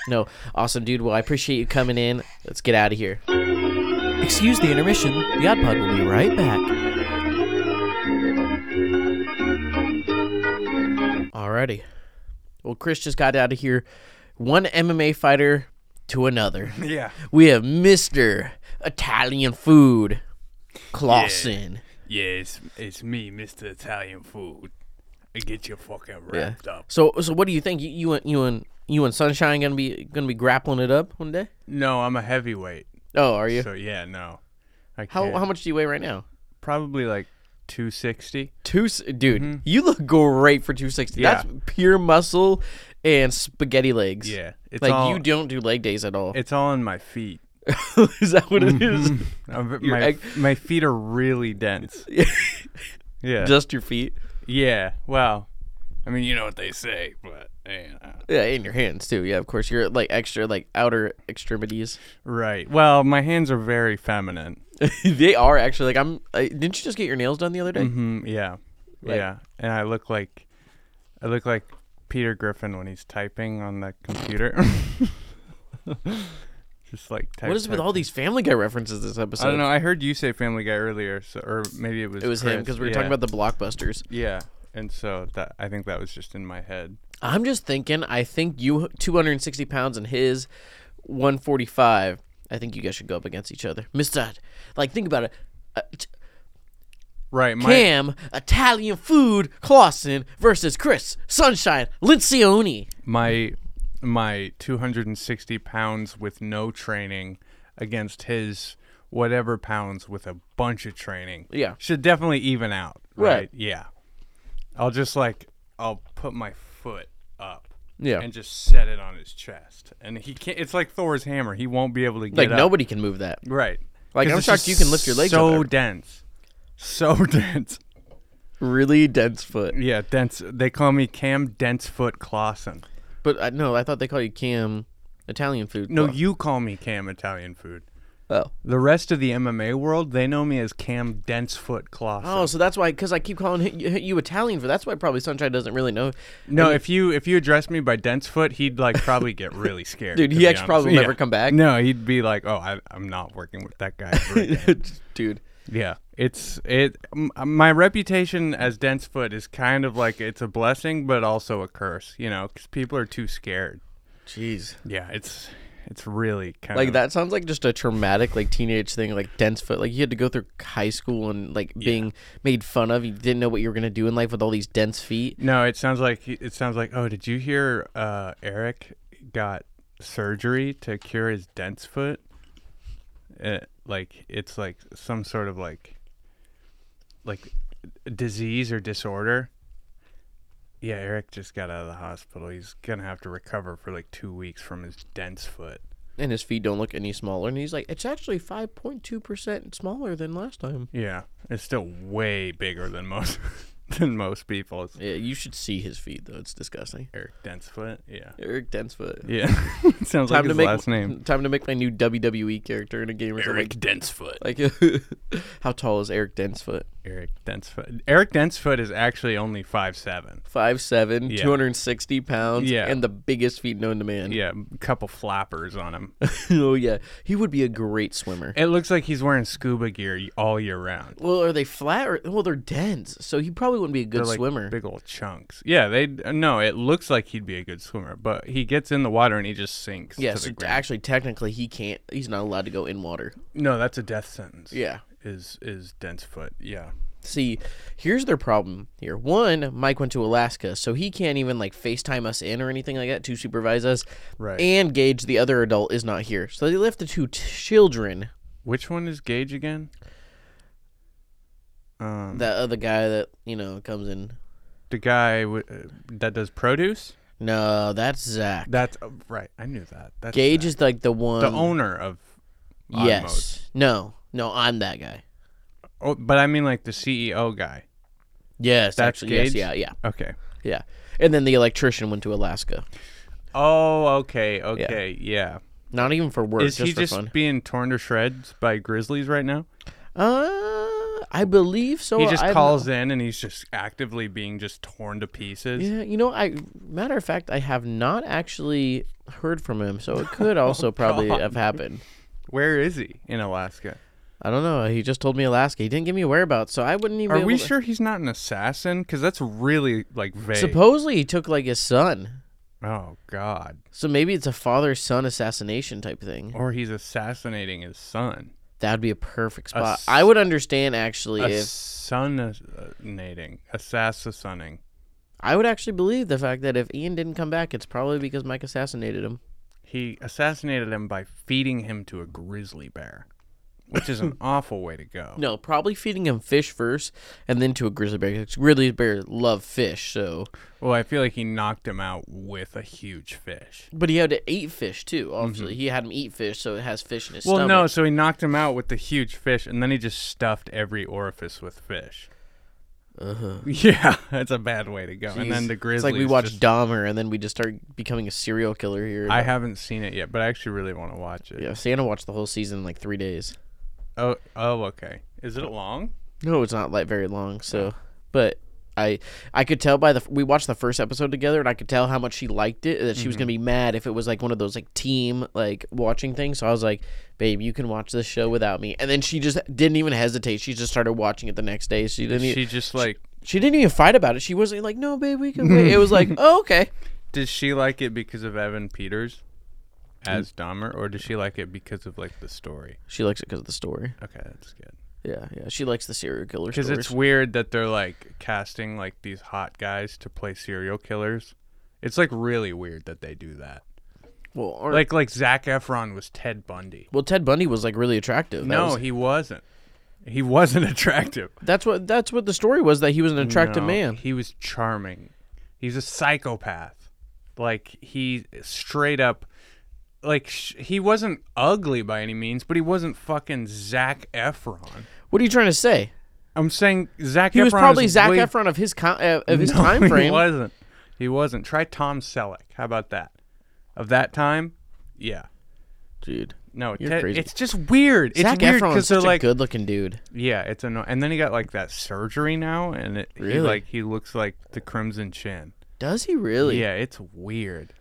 Speaker 1: no, awesome, dude. Well, I appreciate you coming in. Let's get out of here. Excuse the intermission. The Odd Pod will be right back. Alrighty. Well, Chris just got out of here. One MMA fighter to another.
Speaker 2: Yeah.
Speaker 1: We have Mister Italian Food Clausen.
Speaker 2: Yeah, it's, it's me, Mr. Italian Food. I get you fucking wrapped up.
Speaker 1: So, so what do you think? You, you and you and you and Sunshine gonna be gonna be grappling it up one day?
Speaker 2: No, I'm a heavyweight.
Speaker 1: Oh, are you?
Speaker 2: So yeah, no. I
Speaker 1: How
Speaker 2: can't.
Speaker 1: how much do you weigh right now?
Speaker 2: Probably like 260.
Speaker 1: Two, s- dude, you look great for two sixty. That's
Speaker 2: Mm-hmm. Yeah.
Speaker 1: pure muscle and spaghetti legs.
Speaker 2: Yeah, it's
Speaker 1: like
Speaker 2: all-
Speaker 1: you don't do leg days at all.
Speaker 2: It's all in my feet.
Speaker 1: is that what it is?
Speaker 2: Mm-hmm. I'm v-
Speaker 1: Your
Speaker 2: my
Speaker 1: egg-
Speaker 2: my feet are really dense. yeah.
Speaker 1: Just your feet?
Speaker 2: yeah. Well, I mean, you know what they say, but eh, uh. you know.
Speaker 1: Yeah, and your hands too. Yeah, of course. Your like extra like outer extremities.
Speaker 2: right. Well, my hands are very feminine.
Speaker 1: they are actually like I'm. I, didn't you just get your nails done the other day?
Speaker 2: Mm, yeah.
Speaker 1: Like-
Speaker 2: yeah. And I look like I look like Peter Griffin when he's typing on the computer. Just like type,
Speaker 1: What is it with
Speaker 2: type.
Speaker 1: all these Family Guy references this episode?
Speaker 2: I don't know. I heard you say Family Guy earlier, so, or maybe it was
Speaker 1: It was him
Speaker 2: Chris,
Speaker 1: because we were
Speaker 2: yeah.
Speaker 1: talking about the blockbusters.
Speaker 2: yeah, and so that I think that was just in my head.
Speaker 1: I'm just thinking. I think you 260 pounds and his 145. I think you guys should go up against each other, Mister. Like, think about it. Uh, t-
Speaker 2: Right, my
Speaker 1: Cam Italian food Clausen versus Chris Sunshine Lincioni.
Speaker 2: my my 260 pounds with no training against his whatever pounds with a bunch of training.
Speaker 1: Yeah.
Speaker 2: should definitely even out. Right.
Speaker 1: Right.
Speaker 2: Yeah. I'll just like I'll put my foot up.
Speaker 1: Yeah.
Speaker 2: And just set it on his chest, and he can't. It's like Thor's hammer. He won't be able to get
Speaker 1: Like
Speaker 2: up.
Speaker 1: nobody can move that.
Speaker 2: Right.
Speaker 1: Like,
Speaker 2: 'Cause
Speaker 1: I'm
Speaker 2: it's
Speaker 1: shocked
Speaker 2: just
Speaker 1: you can lift your legs up
Speaker 2: So
Speaker 1: ever.
Speaker 2: dense. So dense.
Speaker 1: Really dense foot.
Speaker 2: Yeah, dense. They call me Cam Densefoot Clausen.
Speaker 1: But I, no, I thought they call you Cam Italian food.
Speaker 2: No,
Speaker 1: Clausen.
Speaker 2: you call me Cam Italian Food.
Speaker 1: Oh.
Speaker 2: The rest of the MMA world, they know me as Cam Densefoot Clausen.
Speaker 1: Oh, so that's why, because I keep calling hi- you, you Italian for. That's why probably Sunshine doesn't really know.
Speaker 2: no, if you if you address me by Densefoot, he'd like probably get really scared.
Speaker 1: Dude,
Speaker 2: to
Speaker 1: he
Speaker 2: be
Speaker 1: actually
Speaker 2: honest.
Speaker 1: probably
Speaker 2: Yeah.
Speaker 1: never come back.
Speaker 2: No, he'd be like, "Oh, I, I'm not working with that guy." ever again."
Speaker 1: Dude.
Speaker 2: yeah, it's it. m- My reputation as Densefoot is kind of like it's a blessing, but also a curse. You know, because people are too scared.
Speaker 1: Jeez.
Speaker 2: Yeah, it's it's really kind
Speaker 1: Like
Speaker 2: of
Speaker 1: that sounds like just a traumatic like teenage thing, like dense foot. Like you had to go through high school and like being made fun of. You didn't know what you were gonna do in life with all these dense feet.
Speaker 2: No, it sounds like it sounds like. Oh, did you hear? Uh, Eric got surgery to cure his dense foot. Uh, like it's like some sort of like, like disease or disorder. Yeah, Eric just got out of the hospital. He's gonna have to recover for like two weeks from his dense foot.
Speaker 1: And his feet don't look any smaller. And he's like, it's actually five point two percent smaller than last time.
Speaker 2: Yeah, it's still way bigger than most than most people's.
Speaker 1: Yeah, you should see his feet though. It's disgusting.
Speaker 2: Eric dense foot. Yeah.
Speaker 1: Eric Densefoot.
Speaker 2: Yeah, sounds like
Speaker 1: Time
Speaker 2: his
Speaker 1: to make
Speaker 2: last name.
Speaker 1: Time to make my new WWE character in a game or something.
Speaker 2: Densefoot.
Speaker 1: Like, like how tall is Eric Densefoot?
Speaker 2: Eric Densefoot. Eric Densefoot is actually only five seven.
Speaker 1: Five seven,
Speaker 2: Yeah.
Speaker 1: two hundred and sixty pounds,
Speaker 2: Yeah.
Speaker 1: and the biggest feet known to man.
Speaker 2: Yeah, a couple flappers on him.
Speaker 1: oh yeah, he would be a great swimmer.
Speaker 2: it looks like he's wearing scuba gear y- all year round.
Speaker 1: Well, are they flat or well? They're dense, so he probably wouldn't be a
Speaker 2: They're
Speaker 1: good
Speaker 2: like
Speaker 1: swimmer.
Speaker 2: Big old chunks. Yeah, they no. It looks like he'd be a good swimmer, but he gets in the water and he just sinks.
Speaker 1: yeah,
Speaker 2: to
Speaker 1: so
Speaker 2: the
Speaker 1: t-
Speaker 2: ground.
Speaker 1: actually, technically, he can't. He's not allowed to go in water.
Speaker 2: no, that's a death sentence.
Speaker 1: Yeah.
Speaker 2: is is Densefoot. Yeah,
Speaker 1: See, here's their problem. Here, one, Mike went to Alaska, so he can't even like FaceTime us in or anything like that to supervise us.
Speaker 2: Right.
Speaker 1: And Gage, the other adult, is not here, so they left the two children.
Speaker 2: which one is Gage again? Um, Hmm.
Speaker 1: That other guy that you know comes in.
Speaker 2: the guy w- uh, that does produce.
Speaker 1: No, that's Zach.
Speaker 2: That's oh, right. I knew that. That's
Speaker 1: Gage
Speaker 2: Zach.
Speaker 1: is like the one.
Speaker 2: the owner of. Odd Modes.
Speaker 1: Yes. No. No, I'm that guy.
Speaker 2: Oh, but I mean, like the CEO guy.
Speaker 1: Yes.
Speaker 2: That's
Speaker 1: actually,
Speaker 2: Gage?
Speaker 1: yes. Yeah. Yeah.
Speaker 2: Okay.
Speaker 1: Yeah. And then the electrician went to Alaska.
Speaker 2: Oh, okay, okay, yeah.
Speaker 1: Not even for work,
Speaker 2: Is
Speaker 1: just
Speaker 2: he
Speaker 1: for
Speaker 2: just
Speaker 1: fun.
Speaker 2: being torn to shreds by grizzlies right now?
Speaker 1: Uh, I believe so.
Speaker 2: He just
Speaker 1: I don't
Speaker 2: calls in and he's just actively being just torn to pieces.
Speaker 1: Yeah, you know, I matter of fact, I have not actually heard from him, so it could also probably
Speaker 2: Oh, God.
Speaker 1: have happened.
Speaker 2: Where is he in Alaska?
Speaker 1: I don't know. He just told me Alaska. He didn't give me a whereabouts, so I wouldn't even.
Speaker 2: Are
Speaker 1: be
Speaker 2: we
Speaker 1: able to-
Speaker 2: sure he's not an assassin? Because that's really like vague.
Speaker 1: Supposedly, he took like his son,
Speaker 2: oh God!
Speaker 1: so maybe it's a father-son assassination type thing.
Speaker 2: Or he's assassinating his son.
Speaker 1: That'd be a perfect
Speaker 2: A
Speaker 1: spot.
Speaker 2: s-
Speaker 1: I would understand actually if
Speaker 2: Assassinating, assassinating.
Speaker 1: I would actually believe the fact that if Ian didn't come back, it's probably because Mike assassinated him.
Speaker 2: He assassinated him by feeding him to a grizzly bear, which is an awful way to go.
Speaker 1: No, probably feeding him fish first, and then to a grizzly bear. 'cause grizzly bear love fish, so.
Speaker 2: Well, I feel like he knocked him out with a huge fish.
Speaker 1: But he had to eat fish too. Obviously, he had him eat fish, so it has fish in his
Speaker 2: Mm-hmm. Well,
Speaker 1: stomach.
Speaker 2: no, so he knocked him out with the huge fish, and then he just stuffed every orifice with fish. Uh-huh. Yeah, that's a bad way to go. And then the
Speaker 1: It's
Speaker 2: grizzlies.
Speaker 1: like we watch
Speaker 2: just-
Speaker 1: Dahmer, and then we just start becoming a serial killer here.
Speaker 2: I haven't seen it yet, but I actually really want to watch it.
Speaker 1: yeah, Santa watched the whole season in like three days.
Speaker 2: Oh, oh, okay. Is it long?
Speaker 1: No, it's not like very long. So, but I I could tell by the we watched the first episode together, and I could tell how much she liked it. and That she was gonna
Speaker 2: Mm-hmm.
Speaker 1: be mad if it was like one of those like team like watching things. So I was like, "Babe, you can watch this show without me." And then she just didn't even hesitate. She just started watching it the next day. She didn't. e-
Speaker 2: She just like.
Speaker 1: She didn't even fight about it. She wasn't like, "No, babe, we can wait." It was like, "Oh, okay."
Speaker 2: Did she like it because of Evan Peters as Dahmer, or does she like it because of like the story?
Speaker 1: She likes it because of the story.
Speaker 2: Okay, that's good.
Speaker 1: Yeah, yeah. She likes the serial killer
Speaker 2: Because
Speaker 1: stories.
Speaker 2: it's weird that they're like casting like these hot guys to play serial killers. It's like really weird that they do that.
Speaker 1: well, or, like
Speaker 2: Like like Zach Efron was Ted Bundy.
Speaker 1: well, Ted Bundy was like really attractive. That
Speaker 2: no,
Speaker 1: was-
Speaker 2: he wasn't. He wasn't attractive.
Speaker 1: that's what that's what the story was that he was an attractive
Speaker 2: No,
Speaker 1: man.
Speaker 2: He was charming. He's a psychopath. Like he straight up like sh- he wasn't ugly by any means, but he wasn't fucking Zach Efron.
Speaker 1: What are you trying to say?
Speaker 2: I'm saying Zach
Speaker 1: He
Speaker 2: Efron
Speaker 1: was probably
Speaker 2: is
Speaker 1: Zach
Speaker 2: way
Speaker 1: Efron of his con- uh, of his
Speaker 2: No,
Speaker 1: time
Speaker 2: He
Speaker 1: frame.
Speaker 2: wasn't. He wasn't. Try Tom Selleck. How about that? Of that time? Yeah.
Speaker 1: Dude,
Speaker 2: No,
Speaker 1: You're
Speaker 2: Ted-
Speaker 1: crazy.
Speaker 2: it's just weird. It's
Speaker 1: Zach
Speaker 2: weird
Speaker 1: Efron is
Speaker 2: they're
Speaker 1: such
Speaker 2: like,
Speaker 1: a good looking dude.
Speaker 2: yeah, it's annoying. And then he got like that surgery now, and it he,
Speaker 1: Really?
Speaker 2: like he looks like the Crimson Chin.
Speaker 1: Does he really?
Speaker 2: Yeah, it's weird.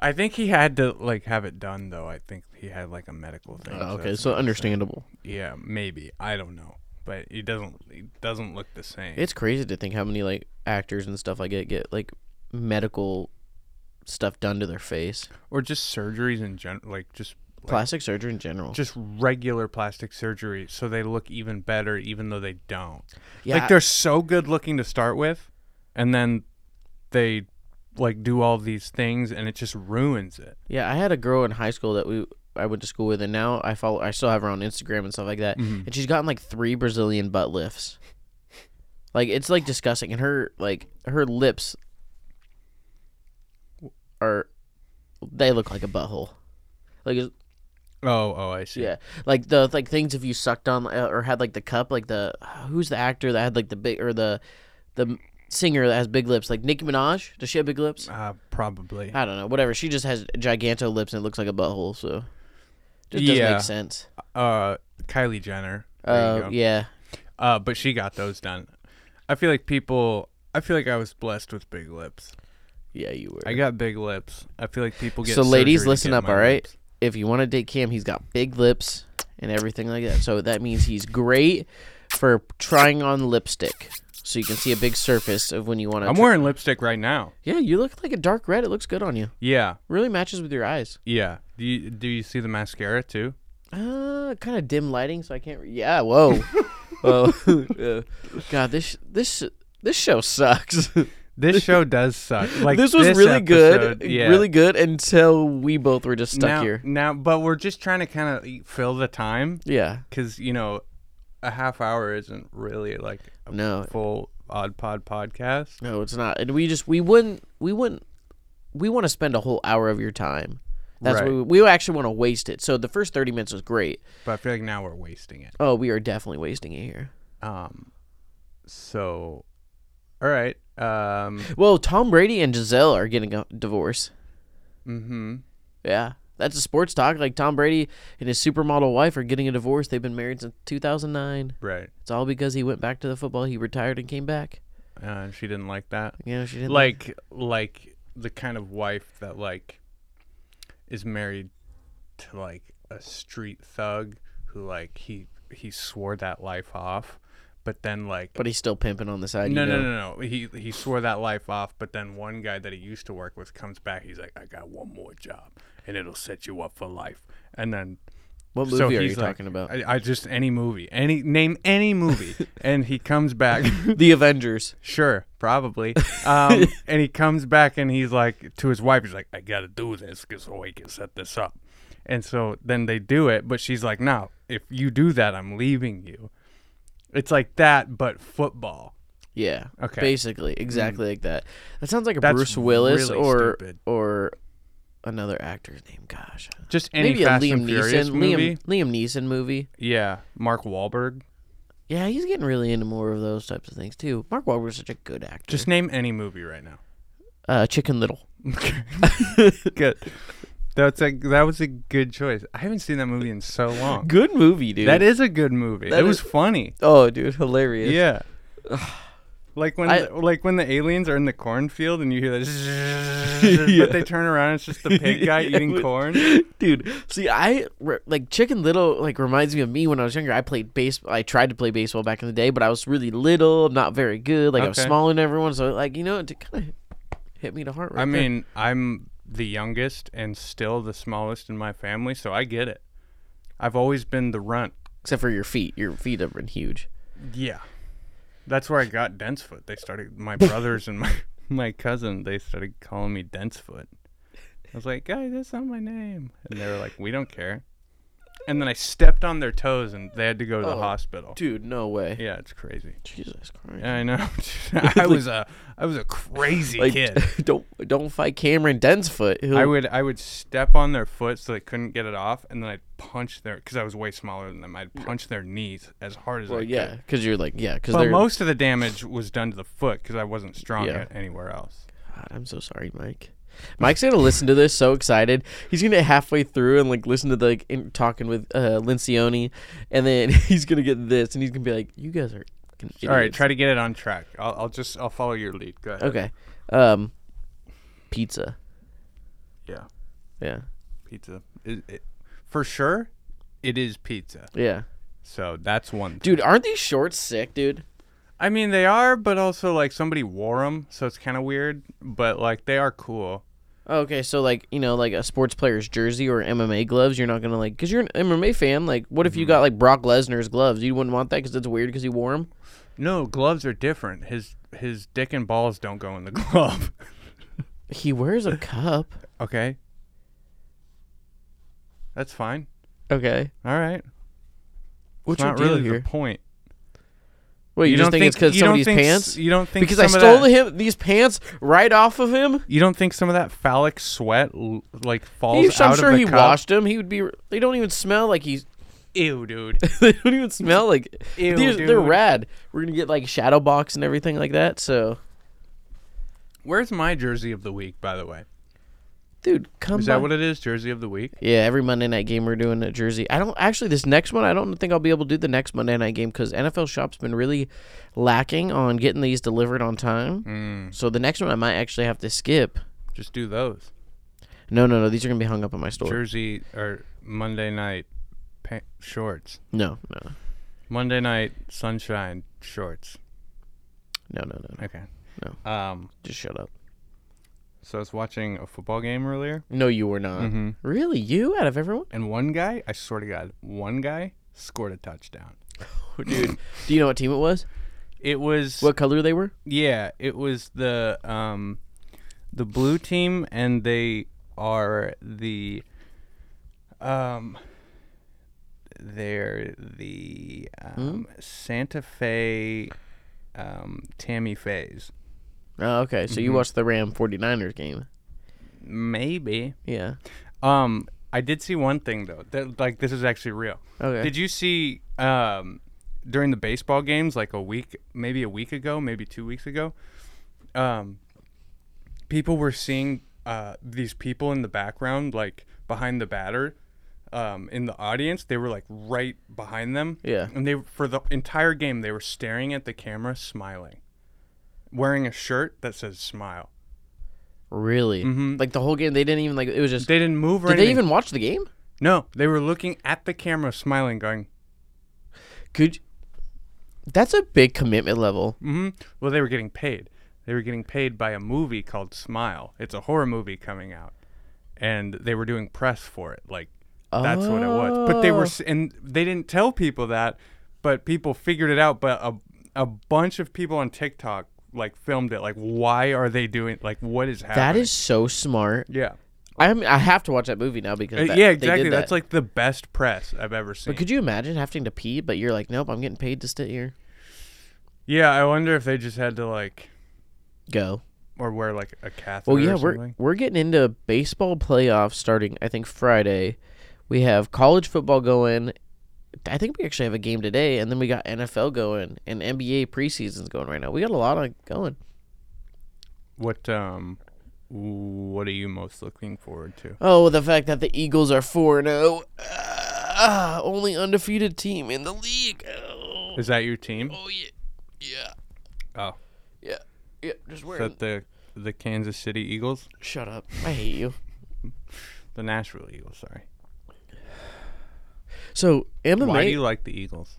Speaker 2: I think he had to like have it done though. I think he had like a medical thing.
Speaker 1: Oh, okay,
Speaker 2: that's
Speaker 1: so
Speaker 2: not-
Speaker 1: understandable.
Speaker 2: yeah, maybe I don't know, but it doesn't it doesn't look the same.
Speaker 1: It's crazy to think how many like actors and stuff like it get like medical stuff done to their face,
Speaker 2: or just surgeries in general, like just like,
Speaker 1: plastic surgery in general.
Speaker 2: just regular plastic surgery so they look even better even though they don't.
Speaker 1: yeah,
Speaker 2: Like they're so good looking to start with and then they like do all these things and it just ruins it.
Speaker 1: Yeah, I had a girl in high school that we I went to school with, and now I follow. I still have her on Instagram and stuff like that. And she's gotten like three Brazilian butt lifts. Like it's like disgusting, and her like her lips are they look like a butthole. Like it's-
Speaker 2: Oh, oh, I see.
Speaker 1: yeah, like the like things if you sucked on uh, or had like the cup, like the who's the actor that had like the big or the the singer that has big lips, like Nicki Minaj. Does she have big lips?
Speaker 2: Uh, probably.
Speaker 1: I don't know. Whatever. She just has giganto lips and it looks like a butthole, so it just doesn't
Speaker 2: Yeah.
Speaker 1: make sense.
Speaker 2: Uh, Kylie Jenner. There you
Speaker 1: Uh,
Speaker 2: go.
Speaker 1: yeah.
Speaker 2: Uh, but she got those done. I feel like people. I feel like I was blessed with big lips.
Speaker 1: Yeah, you were.
Speaker 2: I got big lips. I feel like people get.
Speaker 1: so ladies,
Speaker 2: surgery to
Speaker 1: listen
Speaker 2: get
Speaker 1: up,
Speaker 2: my
Speaker 1: all right?
Speaker 2: lips.
Speaker 1: If you want to date Cam, he's got big lips and everything like that. So that means he's great for trying on lipstick. So you can see a big surface of when you want to.
Speaker 2: I'm wearing lipstick right now.
Speaker 1: Yeah, you look like a dark red. It looks good on you.
Speaker 2: Yeah,
Speaker 1: Really matches with your eyes.
Speaker 2: yeah. Do you do you see the mascara too?
Speaker 1: Uh, kind of dim lighting, so I can't. Re- yeah, whoa, whoa. Yeah. God, this this this show sucks.
Speaker 2: This show does suck. Like
Speaker 1: this was really
Speaker 2: episode-
Speaker 1: good,
Speaker 2: yeah.
Speaker 1: really good until we both were just stuck
Speaker 2: now,
Speaker 1: here.
Speaker 2: Now, but we're just trying to kind of fill the time
Speaker 1: Yeah,
Speaker 2: because you know, a half hour isn't really like a
Speaker 1: No.
Speaker 2: full Odd Pod podcast.
Speaker 1: no, it's not, and we just we wouldn't we wouldn't we want to spend a whole hour of your time. That's
Speaker 2: Right.
Speaker 1: what we, we actually want to waste it. So the first 30 minutes was great.
Speaker 2: But I feel like now we're wasting it.
Speaker 1: Oh, we are definitely wasting it here.
Speaker 2: Um, so, all right. Um,
Speaker 1: Well, Tom Brady and Giselle are getting a divorce.
Speaker 2: hmm
Speaker 1: Yeah. That's a sports talk. Like Tom Brady and his supermodel wife are getting a divorce. They've been married since 2009.
Speaker 2: Right.
Speaker 1: It's all because he went back to the football. He retired and came back.
Speaker 2: Uh, she didn't like that.
Speaker 1: You know, she didn't
Speaker 2: Like, like the kind of wife that like is married to like a street thug who like he he swore that life off, but then like
Speaker 1: but uh, he's still pimping on the side.
Speaker 2: No,
Speaker 1: you know?
Speaker 2: no, no, no. He he swore that life off, but then one guy that he used to work with comes back. He's like, "I got one more job, and it'll set you up for life." And then
Speaker 1: What movie
Speaker 2: so
Speaker 1: are you
Speaker 2: he's like-
Speaker 1: talking about?
Speaker 2: I, I just any movie, any name, any movie, and he comes back.
Speaker 1: the Avengers.
Speaker 2: sure, probably. Um, and he comes back, and he's like to his wife, he's like, "I gotta do this 'cause so we can set this up." And so then they do it, but she's like, "No, if you do that, I'm leaving you." It's like that, but football.
Speaker 1: Yeah.
Speaker 2: Okay. Hmm.
Speaker 1: Basically, exactly like that. That sounds like a
Speaker 2: That's
Speaker 1: Bruce Willis
Speaker 2: really
Speaker 1: or
Speaker 2: stupid.
Speaker 1: or another actor's name. Gosh.
Speaker 2: Just any
Speaker 1: Maybe
Speaker 2: Fast
Speaker 1: a Liam
Speaker 2: and Furious
Speaker 1: Neeson
Speaker 2: movie.
Speaker 1: Liam Liam Neeson movie.
Speaker 2: Yeah, Mark Wahlberg.
Speaker 1: Yeah, he's getting really into more of those types of things too. Mark Wahlberg's such a good actor.
Speaker 2: Just name any movie right now.
Speaker 1: uh, Chicken Little.
Speaker 2: Good. That's a that was a good choice. I haven't seen that movie in so long.
Speaker 1: Good movie, dude.
Speaker 2: That is a good movie.
Speaker 1: That
Speaker 2: it was
Speaker 1: is-
Speaker 2: funny.
Speaker 1: Oh, dude, hilarious.
Speaker 2: Yeah. Like when
Speaker 1: I-
Speaker 2: the, like when the aliens are in the cornfield and you hear that, but they turn around and it's just the pig guy eating corn.
Speaker 1: dude. See, I re- like Chicken Little. Like reminds me of me when I was younger. I played baseball. I tried to play baseball back in the day, but I was really little, not very good. Like I was
Speaker 2: Okay.
Speaker 1: smaller than everyone, so like you know, it kind of hit me to heart. Right
Speaker 2: I
Speaker 1: there.
Speaker 2: mean, I'm the youngest and still the smallest in my family, so I get it. I've always been the runt.
Speaker 1: except for your feet. Your feet have been huge.
Speaker 2: Yeah, that's where I got Densefoot. They started my brothers and my my cousin. They started calling me Densefoot. I was like, guys, that's not my name, and they were like, we don't care. And then I stepped on their toes, and they had to go to the
Speaker 1: Oh,
Speaker 2: hospital.
Speaker 1: Dude, no way.
Speaker 2: Yeah, it's crazy.
Speaker 1: Jesus Christ.
Speaker 2: Yeah, I know. I was a I was a crazy
Speaker 1: Like,
Speaker 2: kid.
Speaker 1: don't don't fight Cameron Densfoot. He'll,
Speaker 2: I would I would step on their foot so they couldn't get it off, and then I'd punch their because I was way smaller than them. I'd punch their knees as hard as I
Speaker 1: Well,
Speaker 2: could.
Speaker 1: yeah, because you're like, yeah, because
Speaker 2: But
Speaker 1: they're.
Speaker 2: most of the damage was done to the foot because I wasn't strong
Speaker 1: Yeah.
Speaker 2: at anywhere else.
Speaker 1: God, I'm so sorry, Mike. Mike's gonna listen to this so excited. He's gonna get halfway through and like listen to the like, in- talking with uh, Lincioni, and then he's gonna get this, and he's gonna be like, "You guys are." fucking
Speaker 2: All right,
Speaker 1: idiots."
Speaker 2: try to get it on track. I'll, I'll just I'll follow your lead. Go ahead.
Speaker 1: Okay, um, pizza.
Speaker 2: Yeah,
Speaker 1: Yeah,
Speaker 2: pizza. It, it, for sure, it is pizza.
Speaker 1: yeah.
Speaker 2: So that's one. Thing.
Speaker 1: Dude, aren't these shorts sick, dude?
Speaker 2: I mean, they are, but also like somebody wore them, so it's kind of weird. But like they are cool.
Speaker 1: Oh, Okay, so like you know, like a sports player's jersey or MMA gloves, you're not gonna like because you're an MMA fan. Like, what
Speaker 2: Mm-hmm.
Speaker 1: if you got like Brock Lesnar's gloves? You wouldn't want that because it's weird because he wore them.
Speaker 2: No, gloves are different. His his dick and balls don't go in the glove.
Speaker 1: He wears a cup.
Speaker 2: okay. That's fine.
Speaker 1: Okay,
Speaker 2: All right.
Speaker 1: what's
Speaker 2: It's not
Speaker 1: your deal
Speaker 2: really
Speaker 1: here?
Speaker 2: the point.
Speaker 1: Wait, you, just think, it's because
Speaker 2: you don't
Speaker 1: somebody's
Speaker 2: think s-
Speaker 1: pants?
Speaker 2: You don't think
Speaker 1: because I
Speaker 2: some of
Speaker 1: stole
Speaker 2: that-
Speaker 1: him these pants right off of him.
Speaker 2: You don't think some of that phallic sweat l- like falls
Speaker 1: He-
Speaker 2: out
Speaker 1: I'm
Speaker 2: of
Speaker 1: sure
Speaker 2: the
Speaker 1: he
Speaker 2: cup?
Speaker 1: washed them. He would be. They don't even smell like he's.
Speaker 2: Ew, dude.
Speaker 1: They don't even smell like.
Speaker 2: Ew,
Speaker 1: these, They're
Speaker 2: dude.
Speaker 1: rad. We're gonna get like shadow box and everything like that. So,
Speaker 2: Where's my jersey of the week, by the way?
Speaker 1: dude, come.
Speaker 2: Is
Speaker 1: by.
Speaker 2: that what it is? Jersey of the week.
Speaker 1: yeah, every Monday night game we're doing at Jersey. I don't actually this next one. I don't think I'll be able to do the next Monday night game because NFL Shop's been really lacking on getting these delivered on time.
Speaker 2: Mm.
Speaker 1: So the next one I might actually have to skip.
Speaker 2: Just do those.
Speaker 1: No, no, no. These are gonna be hung up in my store.
Speaker 2: Jersey or Monday night pa- shorts.
Speaker 1: No, no,
Speaker 2: Monday night sunshine shorts.
Speaker 1: no, no, no. no.
Speaker 2: Okay. No. Um.
Speaker 1: Just shut up.
Speaker 2: So I was watching a football game earlier,
Speaker 1: No, you were not.
Speaker 2: Mm-hmm.
Speaker 1: Really, you out of everyone,
Speaker 2: and one guy, I swear to God, one guy scored a touchdown.
Speaker 1: dude. do you know what team it was?
Speaker 2: It was
Speaker 1: What color they were?
Speaker 2: yeah, it was the um, the blue team, and they are the um, they're the um, Santa Fe um Tammy Fays. Mm-hmm.
Speaker 1: Oh, okay. So you watched the Ram 49ers game.
Speaker 2: Maybe.
Speaker 1: Yeah.
Speaker 2: Um, I did see one thing though. That like this is actually real.
Speaker 1: Okay.
Speaker 2: Did you see um during the baseball games like a week, maybe a week ago, maybe two weeks ago? Um, people were seeing uh these people in the background, like behind the batter. Um, in the audience, they were like right behind them.
Speaker 1: Yeah.
Speaker 2: And they for the entire game, they were staring at the camera, smiling, wearing a shirt that says "smile."
Speaker 1: Really? Like the whole game, they didn't even like. It was just.
Speaker 2: Mm-hmm. They didn't move. Or
Speaker 1: did
Speaker 2: anything.
Speaker 1: they even watch the game?
Speaker 2: No, they were looking at the camera, smiling, going,
Speaker 1: Could. That's a big commitment level.
Speaker 2: hmm Well, they were getting paid. They were getting paid by a movie called Smile. It's a horror movie coming out, and they were doing press for it. Like that's what it was. But they
Speaker 1: Oh.
Speaker 2: were, s- and they didn't tell people that, but people figured it out. But a a bunch of people on TikTok like filmed it. Like, why are they doing? Like, what is happening?
Speaker 1: That is so smart.
Speaker 2: yeah,
Speaker 1: I mean, I have to watch that movie now because
Speaker 2: Uh,
Speaker 1: that-
Speaker 2: yeah,
Speaker 1: they did
Speaker 2: exactly.
Speaker 1: that.
Speaker 2: That's like the best press I've ever seen.
Speaker 1: But could you imagine having to pee, but you're like, nope, I'm getting paid to sit here.
Speaker 2: yeah, I wonder if they just had to like
Speaker 1: Go.
Speaker 2: or wear like a catheter.
Speaker 1: Well, yeah,
Speaker 2: or
Speaker 1: we're
Speaker 2: something.
Speaker 1: we're getting into baseball playoffs starting. I think Friday. We have college football going. I think we actually have a game today, and then we got NFL going and NBA preseasons going right now. We got a lot of going.
Speaker 2: What um, what are you most looking forward to?
Speaker 1: Oh, the fact that the Eagles are four and zero, only undefeated team in the league. Oh,
Speaker 2: Is that your team?
Speaker 1: oh, yeah, yeah,
Speaker 2: Oh,
Speaker 1: yeah, yeah. Just
Speaker 2: is
Speaker 1: wearing.
Speaker 2: that the the Kansas City Eagles,
Speaker 1: Shut up! I hate you.
Speaker 2: the Nashville Eagles? Sorry.
Speaker 1: So MMA.
Speaker 2: Why do you like the Eagles?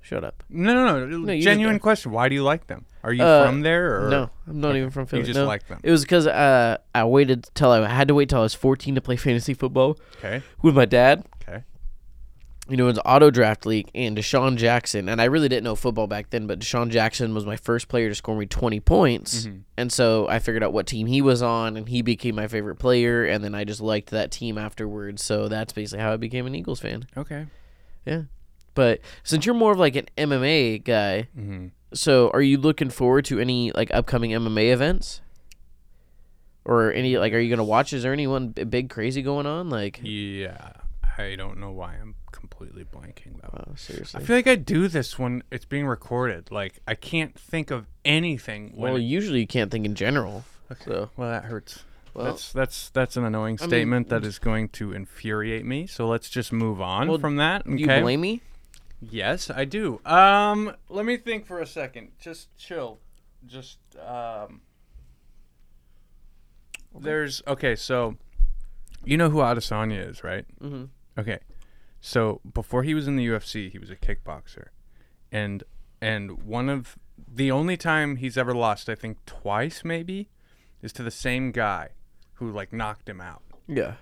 Speaker 1: Shut up.
Speaker 2: No, no, no.
Speaker 1: No, you
Speaker 2: genuine
Speaker 1: just-
Speaker 2: question. Why do you like them? Are you
Speaker 1: Uh,
Speaker 2: from there? Or?
Speaker 1: No, I'm not even from Philly.
Speaker 2: just
Speaker 1: no.
Speaker 2: like them.
Speaker 1: It was because uh, I waited till I, I had to wait till I was 14 to play fantasy football
Speaker 2: Okay.
Speaker 1: with my dad.
Speaker 2: Okay.
Speaker 1: You know, it was auto draft league and Deshaun Jackson, and I really didn't know football back then, but Deshaun Jackson was my first player to score me 20 points,
Speaker 2: Mm-hmm.
Speaker 1: and so I figured out what team he was on, and he became my favorite player, and then I just liked that team afterwards. So that's basically how I became an Eagles fan.
Speaker 2: Okay.
Speaker 1: Yeah. But since you're more of like an MMA guy,
Speaker 2: Mm-hmm.
Speaker 1: so are you looking forward to any like upcoming MMA events? Or any like are you going to watch is there anyone b- big crazy going on like
Speaker 2: Yeah. I don't know why I'm completely blanking though.
Speaker 1: oh,
Speaker 2: I
Speaker 1: seriously.
Speaker 2: feel like I do this when it's being recorded. Like I can't think of anything. When
Speaker 1: Well,
Speaker 2: it-
Speaker 1: usually you can't think in general. So
Speaker 2: Well, that hurts.
Speaker 1: Well-
Speaker 2: that's that's that's an annoying
Speaker 1: mean,
Speaker 2: statement that is going to infuriate me. So let's just move on
Speaker 1: Well,
Speaker 2: from that. Okay.
Speaker 1: you blame me?
Speaker 2: Yes, I do. Um, let me think for a second. Just chill. Just um. There's okay. So, you know who Adesanya is, right? Mm-hmm. Okay. So before he was in the UFC, he was a kickboxer, and and one of the only time he's ever lost, I think twice maybe, is to the same guy who like knocked him out.
Speaker 1: Yeah.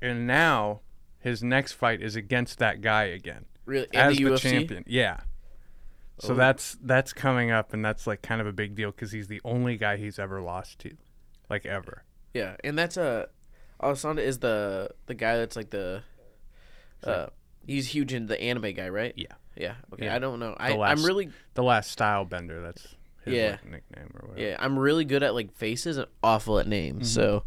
Speaker 2: And now his next fight is against that guy again
Speaker 1: Really in
Speaker 2: as
Speaker 1: the,
Speaker 2: the,
Speaker 1: UFC?
Speaker 2: champion. Yeah.
Speaker 1: Oh.
Speaker 2: So that's that's coming up, and that's like kind of a big deal because he's the only guy he's ever lost to, like ever.
Speaker 1: Yeah. And that's a uh, Alessandra is the the guy that's like the uh he's huge in the anime guy, right?
Speaker 2: Yeah.
Speaker 1: Yeah. Okay.
Speaker 2: Yeah.
Speaker 1: I don't know. I
Speaker 2: last-
Speaker 1: I'm really
Speaker 2: The last style bender. That's his
Speaker 1: Yeah.
Speaker 2: like, nickname or whatever.
Speaker 1: Yeah, I'm really good at like faces and awful at names.
Speaker 2: Mm-hmm.
Speaker 1: So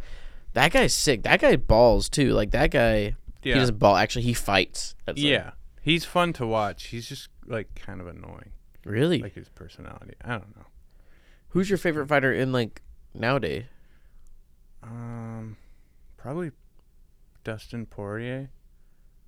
Speaker 1: that guy's sick. That guy balls too. Like that guy,
Speaker 2: Yeah.
Speaker 1: he doesn't ball. Actually, he fights. That's like-
Speaker 2: Yeah. He's fun to watch. He's just like kind of annoying,
Speaker 1: really.
Speaker 2: like his personality. I don't know.
Speaker 1: Who's your favorite fighter in like nowadays?
Speaker 2: Um, probably Dustin Poirier.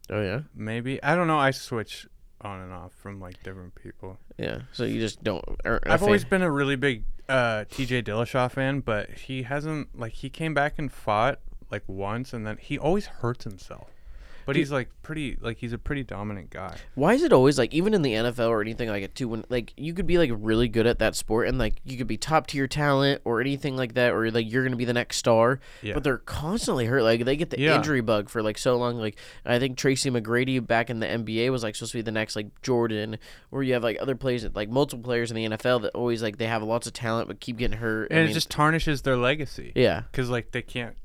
Speaker 1: Oh yeah,
Speaker 2: Maybe I don't know. I switch on and off from like different people.
Speaker 1: yeah. So you just don't. Are,
Speaker 2: I've always been a really big uh, TJ Dillashaw fan, but he hasn't like he came back and fought like once, and then he always hurts himself. But he's like pretty like he's a pretty dominant guy.
Speaker 1: Why is it always like even in the NFL or anything like a two win? Like you could be like really good at that sport and like you could be top tier talent or anything like that or like you're gonna be the next star.
Speaker 2: Yeah.
Speaker 1: But they're constantly hurt. Like they get the
Speaker 2: Yeah.
Speaker 1: injury bug for like so long. Like I think Tracy McGrady back in the NBA was like supposed to be the next like Jordan, or you have like other players like multiple players in the NFL that always like they have lots of talent but keep getting hurt. I
Speaker 2: And it
Speaker 1: mean,
Speaker 2: just tarnishes their legacy.
Speaker 1: yeah.
Speaker 2: Cuz like they can't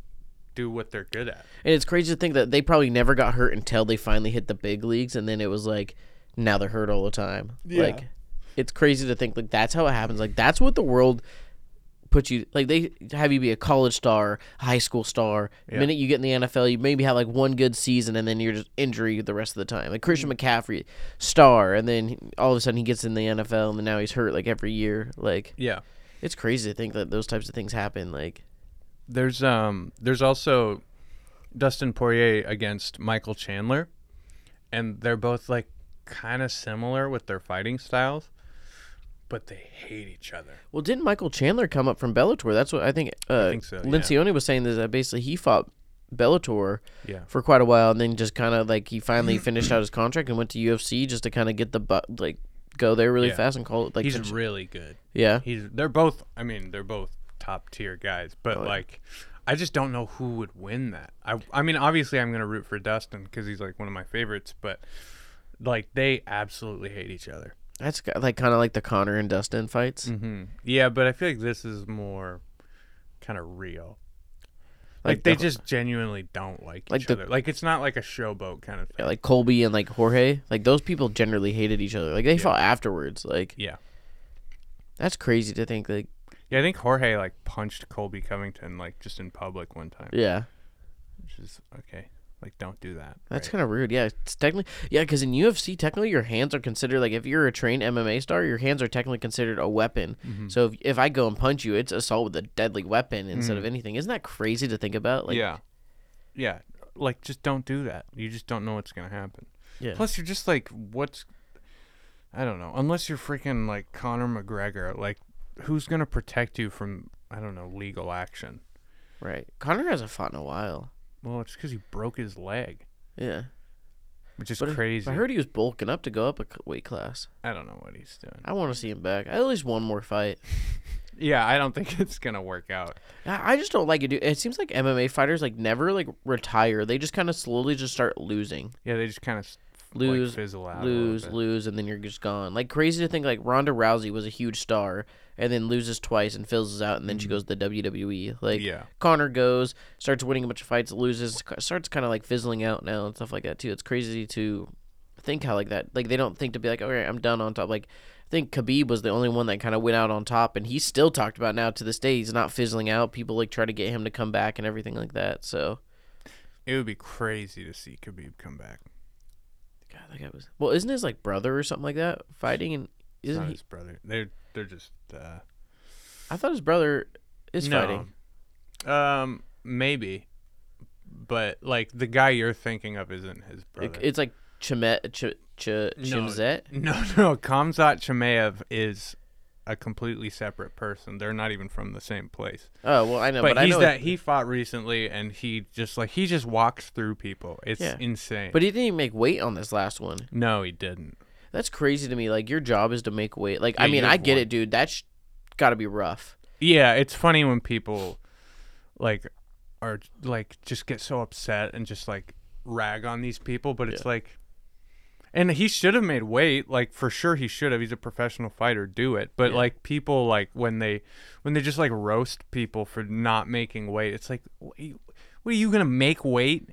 Speaker 2: do what they're good at.
Speaker 1: And it's crazy to think that they probably never got hurt until they finally hit the big leagues, and then it was like, now they're hurt all the time. Like, it's crazy to think like that's how it happens. Like that's what the world put you like they have you be a college star, high school star. minute you get in the NFL, you maybe have like one good season and then you're just injury the rest of the time. Like Christian McCaffrey, star, and then he- all of a sudden he gets in the NFL and now he's hurt like every year. Like
Speaker 2: Yeah.
Speaker 1: it's crazy to think that those types of things happen. Like
Speaker 2: There's um there's also Dustin Poirier against Michael Chandler and they're both like kind of similar with their fighting styles but they hate each other.
Speaker 1: Well, didn't Michael Chandler come up from Bellator? That's what I think. Uh,
Speaker 2: think so, yeah.
Speaker 1: Lencioni was saying this, that basically he fought Bellator
Speaker 2: Yeah.
Speaker 1: for quite a while, and then just kind of like he finally finished out his contract and went to UFC just to kind of get the but like go there really
Speaker 2: Yeah.
Speaker 1: fast and call it like
Speaker 2: He's
Speaker 1: finish-
Speaker 2: really good.
Speaker 1: yeah.
Speaker 2: He's they're both I mean, they're both top tier guys, but
Speaker 1: Oh,
Speaker 2: like I just don't know who would win that. I I mean, obviously I'm going to root for Dustin cuz he's like one of my favorites, but like they absolutely hate each other.
Speaker 1: That's ki- like kind of like the Connor and Dustin fights.
Speaker 2: Mm-hmm. Yeah, but I feel like this is more kind of real. Like,
Speaker 1: Like
Speaker 2: they
Speaker 1: the-
Speaker 2: just genuinely don't like,
Speaker 1: Like
Speaker 2: each
Speaker 1: the-
Speaker 2: other. Like it's not like a showboat kind of thing.
Speaker 1: Yeah, like Colby and like Jorge, like those people generally hated each other. Like they fought afterwards. Like
Speaker 2: Yeah.
Speaker 1: that's crazy to think. Like
Speaker 2: Yeah, I think Jorge like punched Colby Covington like just in public one time.
Speaker 1: yeah,
Speaker 2: Which is okay. Like don't do that.
Speaker 1: That's
Speaker 2: right?
Speaker 1: kind of rude. Yeah, it's technically yeah, because in UFC, technically your hands are considered like if you're a trained MMA star, your hands are technically considered a weapon.
Speaker 2: Mm-hmm.
Speaker 1: So if, if I go and punch you, it's assault with a deadly weapon instead of anything. Isn't that crazy to think about? Like,
Speaker 2: Mm. Yeah. Yeah. Like just don't do that. You just don't know what's gonna happen.
Speaker 1: Yeah.
Speaker 2: Plus you're just like what's I don't know. Unless you're freaking like Conor McGregor, like who's gonna protect you from I don't know, legal action?
Speaker 1: right. Connor hasn't fought in a while.
Speaker 2: Well, it's because he broke his leg,
Speaker 1: Yeah,
Speaker 2: which is
Speaker 1: but I-
Speaker 2: crazy.
Speaker 1: I, heard he was bulking up to go up a c- weight class.
Speaker 2: I don't know what he's doing.
Speaker 1: I want to see him back. At least one more fight.
Speaker 2: Yeah, I don't think it's gonna work out.
Speaker 1: I I just don't like it. Dude. It seems like MMA fighters like never like retire. They just kind of slowly just start losing.
Speaker 2: Yeah, they just kind of
Speaker 1: lose,
Speaker 2: fizzle out a little
Speaker 1: lose,
Speaker 2: bit.
Speaker 1: lose, and then you're just gone. Like crazy to think like Ronda Rousey was a huge star and then loses twice and fizzles out, and then she goes to the WWE. Like
Speaker 2: Mm-hmm. Yeah.
Speaker 1: Connor goes, starts winning a bunch of fights, loses, c- starts kind of like fizzling out now and stuff like that too. It's crazy to think how like that. Like they don't think to be like, okay, I'm done on top. Like. I think Khabib was the only one that kind of went out on top, and he's still talked about now to this day. He's not fizzling out. People like try to get him to come back and everything like that. So
Speaker 2: It would be crazy to see Khabib come back.
Speaker 1: God, that guy was well. Isn't his like brother or something like that fighting? And
Speaker 2: It's
Speaker 1: isn't
Speaker 2: not
Speaker 1: he?
Speaker 2: his brother. They're they're just uh,
Speaker 1: I thought his brother is
Speaker 2: no.
Speaker 1: fighting.
Speaker 2: Um, maybe, but like the guy you're thinking of isn't his brother.
Speaker 1: It- it's like Chimet Ch- Ch- Chimzet.
Speaker 2: No, no. Kamzat Chimaev is a completely separate person. They're not even from the same place.
Speaker 1: Oh well, I know, but,
Speaker 2: but
Speaker 1: I
Speaker 2: he's
Speaker 1: know.
Speaker 2: that he fought recently, and he just like he just walks through people. It's
Speaker 1: Yeah.
Speaker 2: insane.
Speaker 1: but he didn't even make weight on this last one.
Speaker 2: no, he didn't.
Speaker 1: That's crazy to me. Like your job is to make weight. Like I
Speaker 2: Yeah,
Speaker 1: mean,
Speaker 2: you
Speaker 1: I
Speaker 2: have
Speaker 1: get
Speaker 2: one.
Speaker 1: it, dude. That's got to be rough.
Speaker 2: Yeah, it's funny when people like are like just get so upset and just like rag on these people, but it's like and he should have made weight, like for sure he should have. He's a professional fighter, do it. But like people like when they when they just like roast people for not making weight, it's like what are you, what are you going to make weight?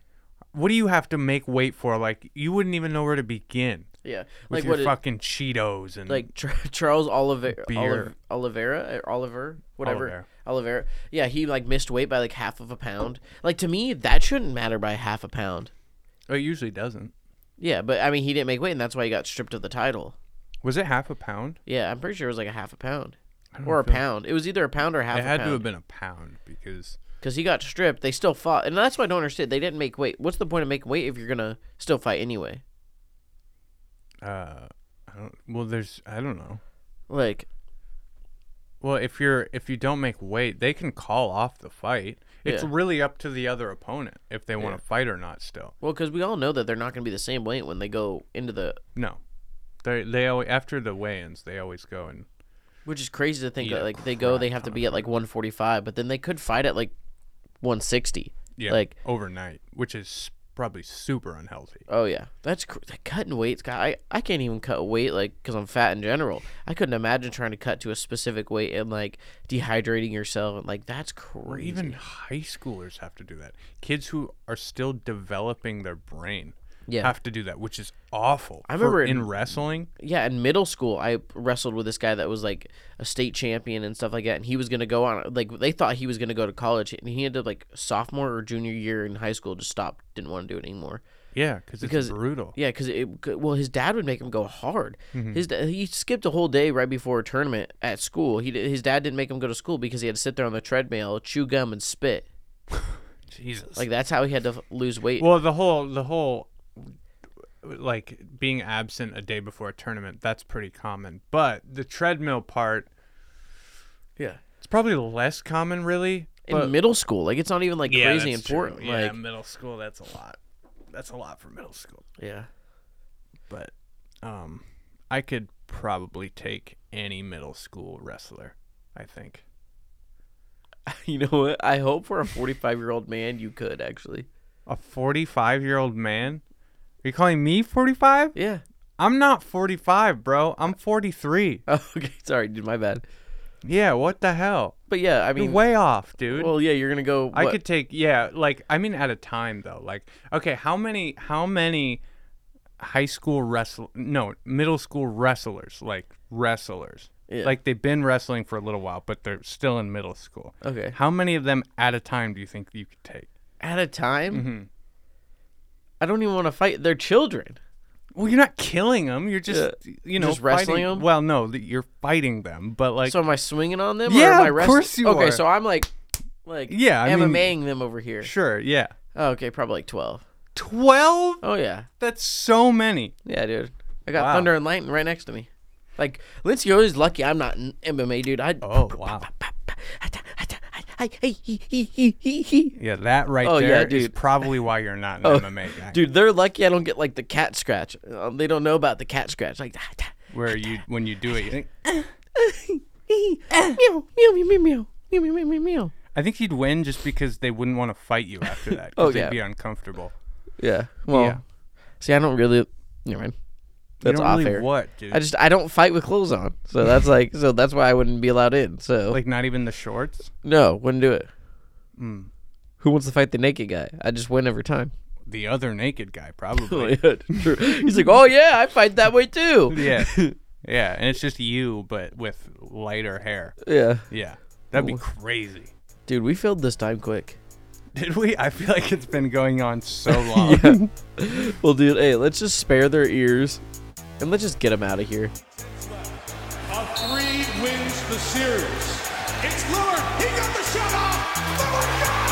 Speaker 2: What do you have to make weight for? Like you wouldn't even know where to begin.
Speaker 1: Yeah,
Speaker 2: With
Speaker 1: like
Speaker 2: your
Speaker 1: what? It,
Speaker 2: fucking Cheetos and
Speaker 1: like Tra- Charles Oliver Oliver
Speaker 2: Beer.
Speaker 1: Oliveira or Oliver whatever
Speaker 2: Oliveira.
Speaker 1: Oliveira. Yeah, he like missed weight by like half of a pound. Like to me, that shouldn't matter by half a pound.
Speaker 2: Oh, it usually doesn't.
Speaker 1: Yeah, but I mean, he didn't make weight, and that's why he got stripped of the title.
Speaker 2: Was it half a pound?
Speaker 1: Yeah, I'm pretty sure it was like a half a pound or a pound. It was either a pound or half
Speaker 2: It
Speaker 1: a
Speaker 2: had to have
Speaker 1: pound
Speaker 2: been a pound because
Speaker 1: because he got stripped. They still fought, and that's why I don't understand. They didn't make weight. What's the point of making weight if you're gonna still fight anyway?
Speaker 2: uh I don't well there's I don't know.
Speaker 1: Like,
Speaker 2: Well, if you're if you don't make weight, they can call off the fight. It's
Speaker 1: Yeah.
Speaker 2: really up to the other opponent if they want to fight or not still.
Speaker 1: well, because we all know that they're not gonna be the same weight when they go into the,
Speaker 2: No. They they always, after the weigh-ins, they always go and
Speaker 1: which is crazy to think
Speaker 2: Eat
Speaker 1: that
Speaker 2: a
Speaker 1: like they go, they have to be at like 145, but then they could fight at like 160.
Speaker 2: yeah,
Speaker 1: Like,
Speaker 2: overnight, which is probably super unhealthy.
Speaker 1: oh yeah, that's cr- that cutting weights, guy. I, I can't even cut weight like because I'm fat in general. I couldn't imagine trying to cut to a specific weight and like dehydrating yourself and like that's crazy.
Speaker 2: Or even high schoolers have to do that. Kids who are still developing their brain.
Speaker 1: Yeah.
Speaker 2: have to do that, which is awful. I
Speaker 1: remember in-
Speaker 2: in, wrestling.
Speaker 1: yeah, in middle school, I wrestled with this guy that was like a state champion and stuff like that, and he was gonna go on. Like they thought he was gonna go to college, and he ended up like sophomore or junior year in high school, just stopped, didn't want to do it anymore.
Speaker 2: Yeah, cause
Speaker 1: Because-
Speaker 2: it's brutal.
Speaker 1: Yeah, because it c- well, his dad would make him go hard. His da- he skipped a whole day right before a tournament at school. He di- his dad didn't make him go to school because he had to sit there on the treadmill, chew gum, and spit.
Speaker 2: Jesus.
Speaker 1: Like that's how he had to f- lose weight.
Speaker 2: well, the whole the whole like being absent a day before a tournament that's pretty common, but the treadmill part
Speaker 1: yeah,
Speaker 2: it's probably less common, really.
Speaker 1: in middle school, like it's not even like crazy
Speaker 2: that's true.
Speaker 1: important.
Speaker 2: Yeah,
Speaker 1: Like
Speaker 2: middle school, that's a lot. That's a lot for middle school.
Speaker 1: yeah,
Speaker 2: But um I could probably take any middle school wrestler, I think.
Speaker 1: you know what? I hope for a forty-five year old man, you could actually.
Speaker 2: A 45-year-old man? Are you calling me 45?
Speaker 1: Yeah.
Speaker 2: I'm not 45, bro. I'm 43.
Speaker 1: Oh, okay. Sorry, dude. My bad.
Speaker 2: Yeah, what the hell?
Speaker 1: But yeah, I
Speaker 2: You're
Speaker 1: mean,
Speaker 2: way off, dude.
Speaker 1: well, yeah, you're gonna go.
Speaker 2: I
Speaker 1: what?
Speaker 2: could take yeah, like I mean at a time though. Like okay, how many how many high school wrestle no, middle school wrestlers, like wrestlers.
Speaker 1: Yeah.
Speaker 2: Like they've been wrestling for a little while, but they're still in middle school.
Speaker 1: Okay.
Speaker 2: How many of them at a time do you think you could take?
Speaker 1: at a time.
Speaker 2: Mm-hmm.
Speaker 1: I don't even want to fight. They're children.
Speaker 2: Well, you're not killing them. You're just you know
Speaker 1: Just wrestling
Speaker 2: fighting-
Speaker 1: 'em?
Speaker 2: Well, no, th- you're fighting them, but like
Speaker 1: So am I swinging on them? or
Speaker 2: Yeah,
Speaker 1: am I
Speaker 2: of
Speaker 1: wrestling?
Speaker 2: course you
Speaker 1: okay,
Speaker 2: are.
Speaker 1: so I'm like, like
Speaker 2: Yeah, I mean-
Speaker 1: MMAing them over here.
Speaker 2: sure, yeah,
Speaker 1: Oh, okay, probably like twelve.
Speaker 2: twelve.
Speaker 1: Oh yeah,
Speaker 2: That's so many.
Speaker 1: yeah, dude. I got
Speaker 2: Wow.
Speaker 1: thunder and lightning right next to me. Like Lindsay always lucky I'm not in MMA, dude. I
Speaker 2: Oh wow. Yeah, that right
Speaker 1: Oh,
Speaker 2: there
Speaker 1: yeah,
Speaker 2: is
Speaker 1: dude. Oh,
Speaker 2: probably why you're not an MMA guy.
Speaker 1: dude, they're lucky I don't get like the cat scratch. Uh, they don't know about the cat scratch. Like
Speaker 2: where you when you do it, you think
Speaker 1: meow meow meow meow meow meow meow meow meow.
Speaker 2: I think he'd win just because they wouldn't want to fight you after that.
Speaker 1: Oh,
Speaker 2: 'cause they'd
Speaker 1: yeah.
Speaker 2: be uncomfortable.
Speaker 1: Yeah. Well,
Speaker 2: Yeah.
Speaker 1: see, I don't really. Never mind.
Speaker 2: You
Speaker 1: That's
Speaker 2: don't
Speaker 1: off
Speaker 2: really
Speaker 1: air.
Speaker 2: What, dude?
Speaker 1: I just I don't fight with clothes on, so that's like so that's why I wouldn't be allowed in. So
Speaker 2: like Hmm. not even the shorts.
Speaker 1: no, wouldn't do it. Who wants to fight the naked guy? I just win every time.
Speaker 2: The other naked guy, probably.
Speaker 1: Oh, He's like, oh yeah, I fight that way too.
Speaker 2: yeah, yeah, and it's just you, but with lighter hair.
Speaker 1: Yeah,
Speaker 2: Yeah, that'd be crazy.
Speaker 1: dude, we filled this time quick.
Speaker 2: Did we? I feel like it's been going on so long. yeah.
Speaker 1: Well, dude, hey, let's just spare their ears, and let's just get them out of here.
Speaker 8: A three wins the series. It's Lillard. He got the shot off. Lillard got it.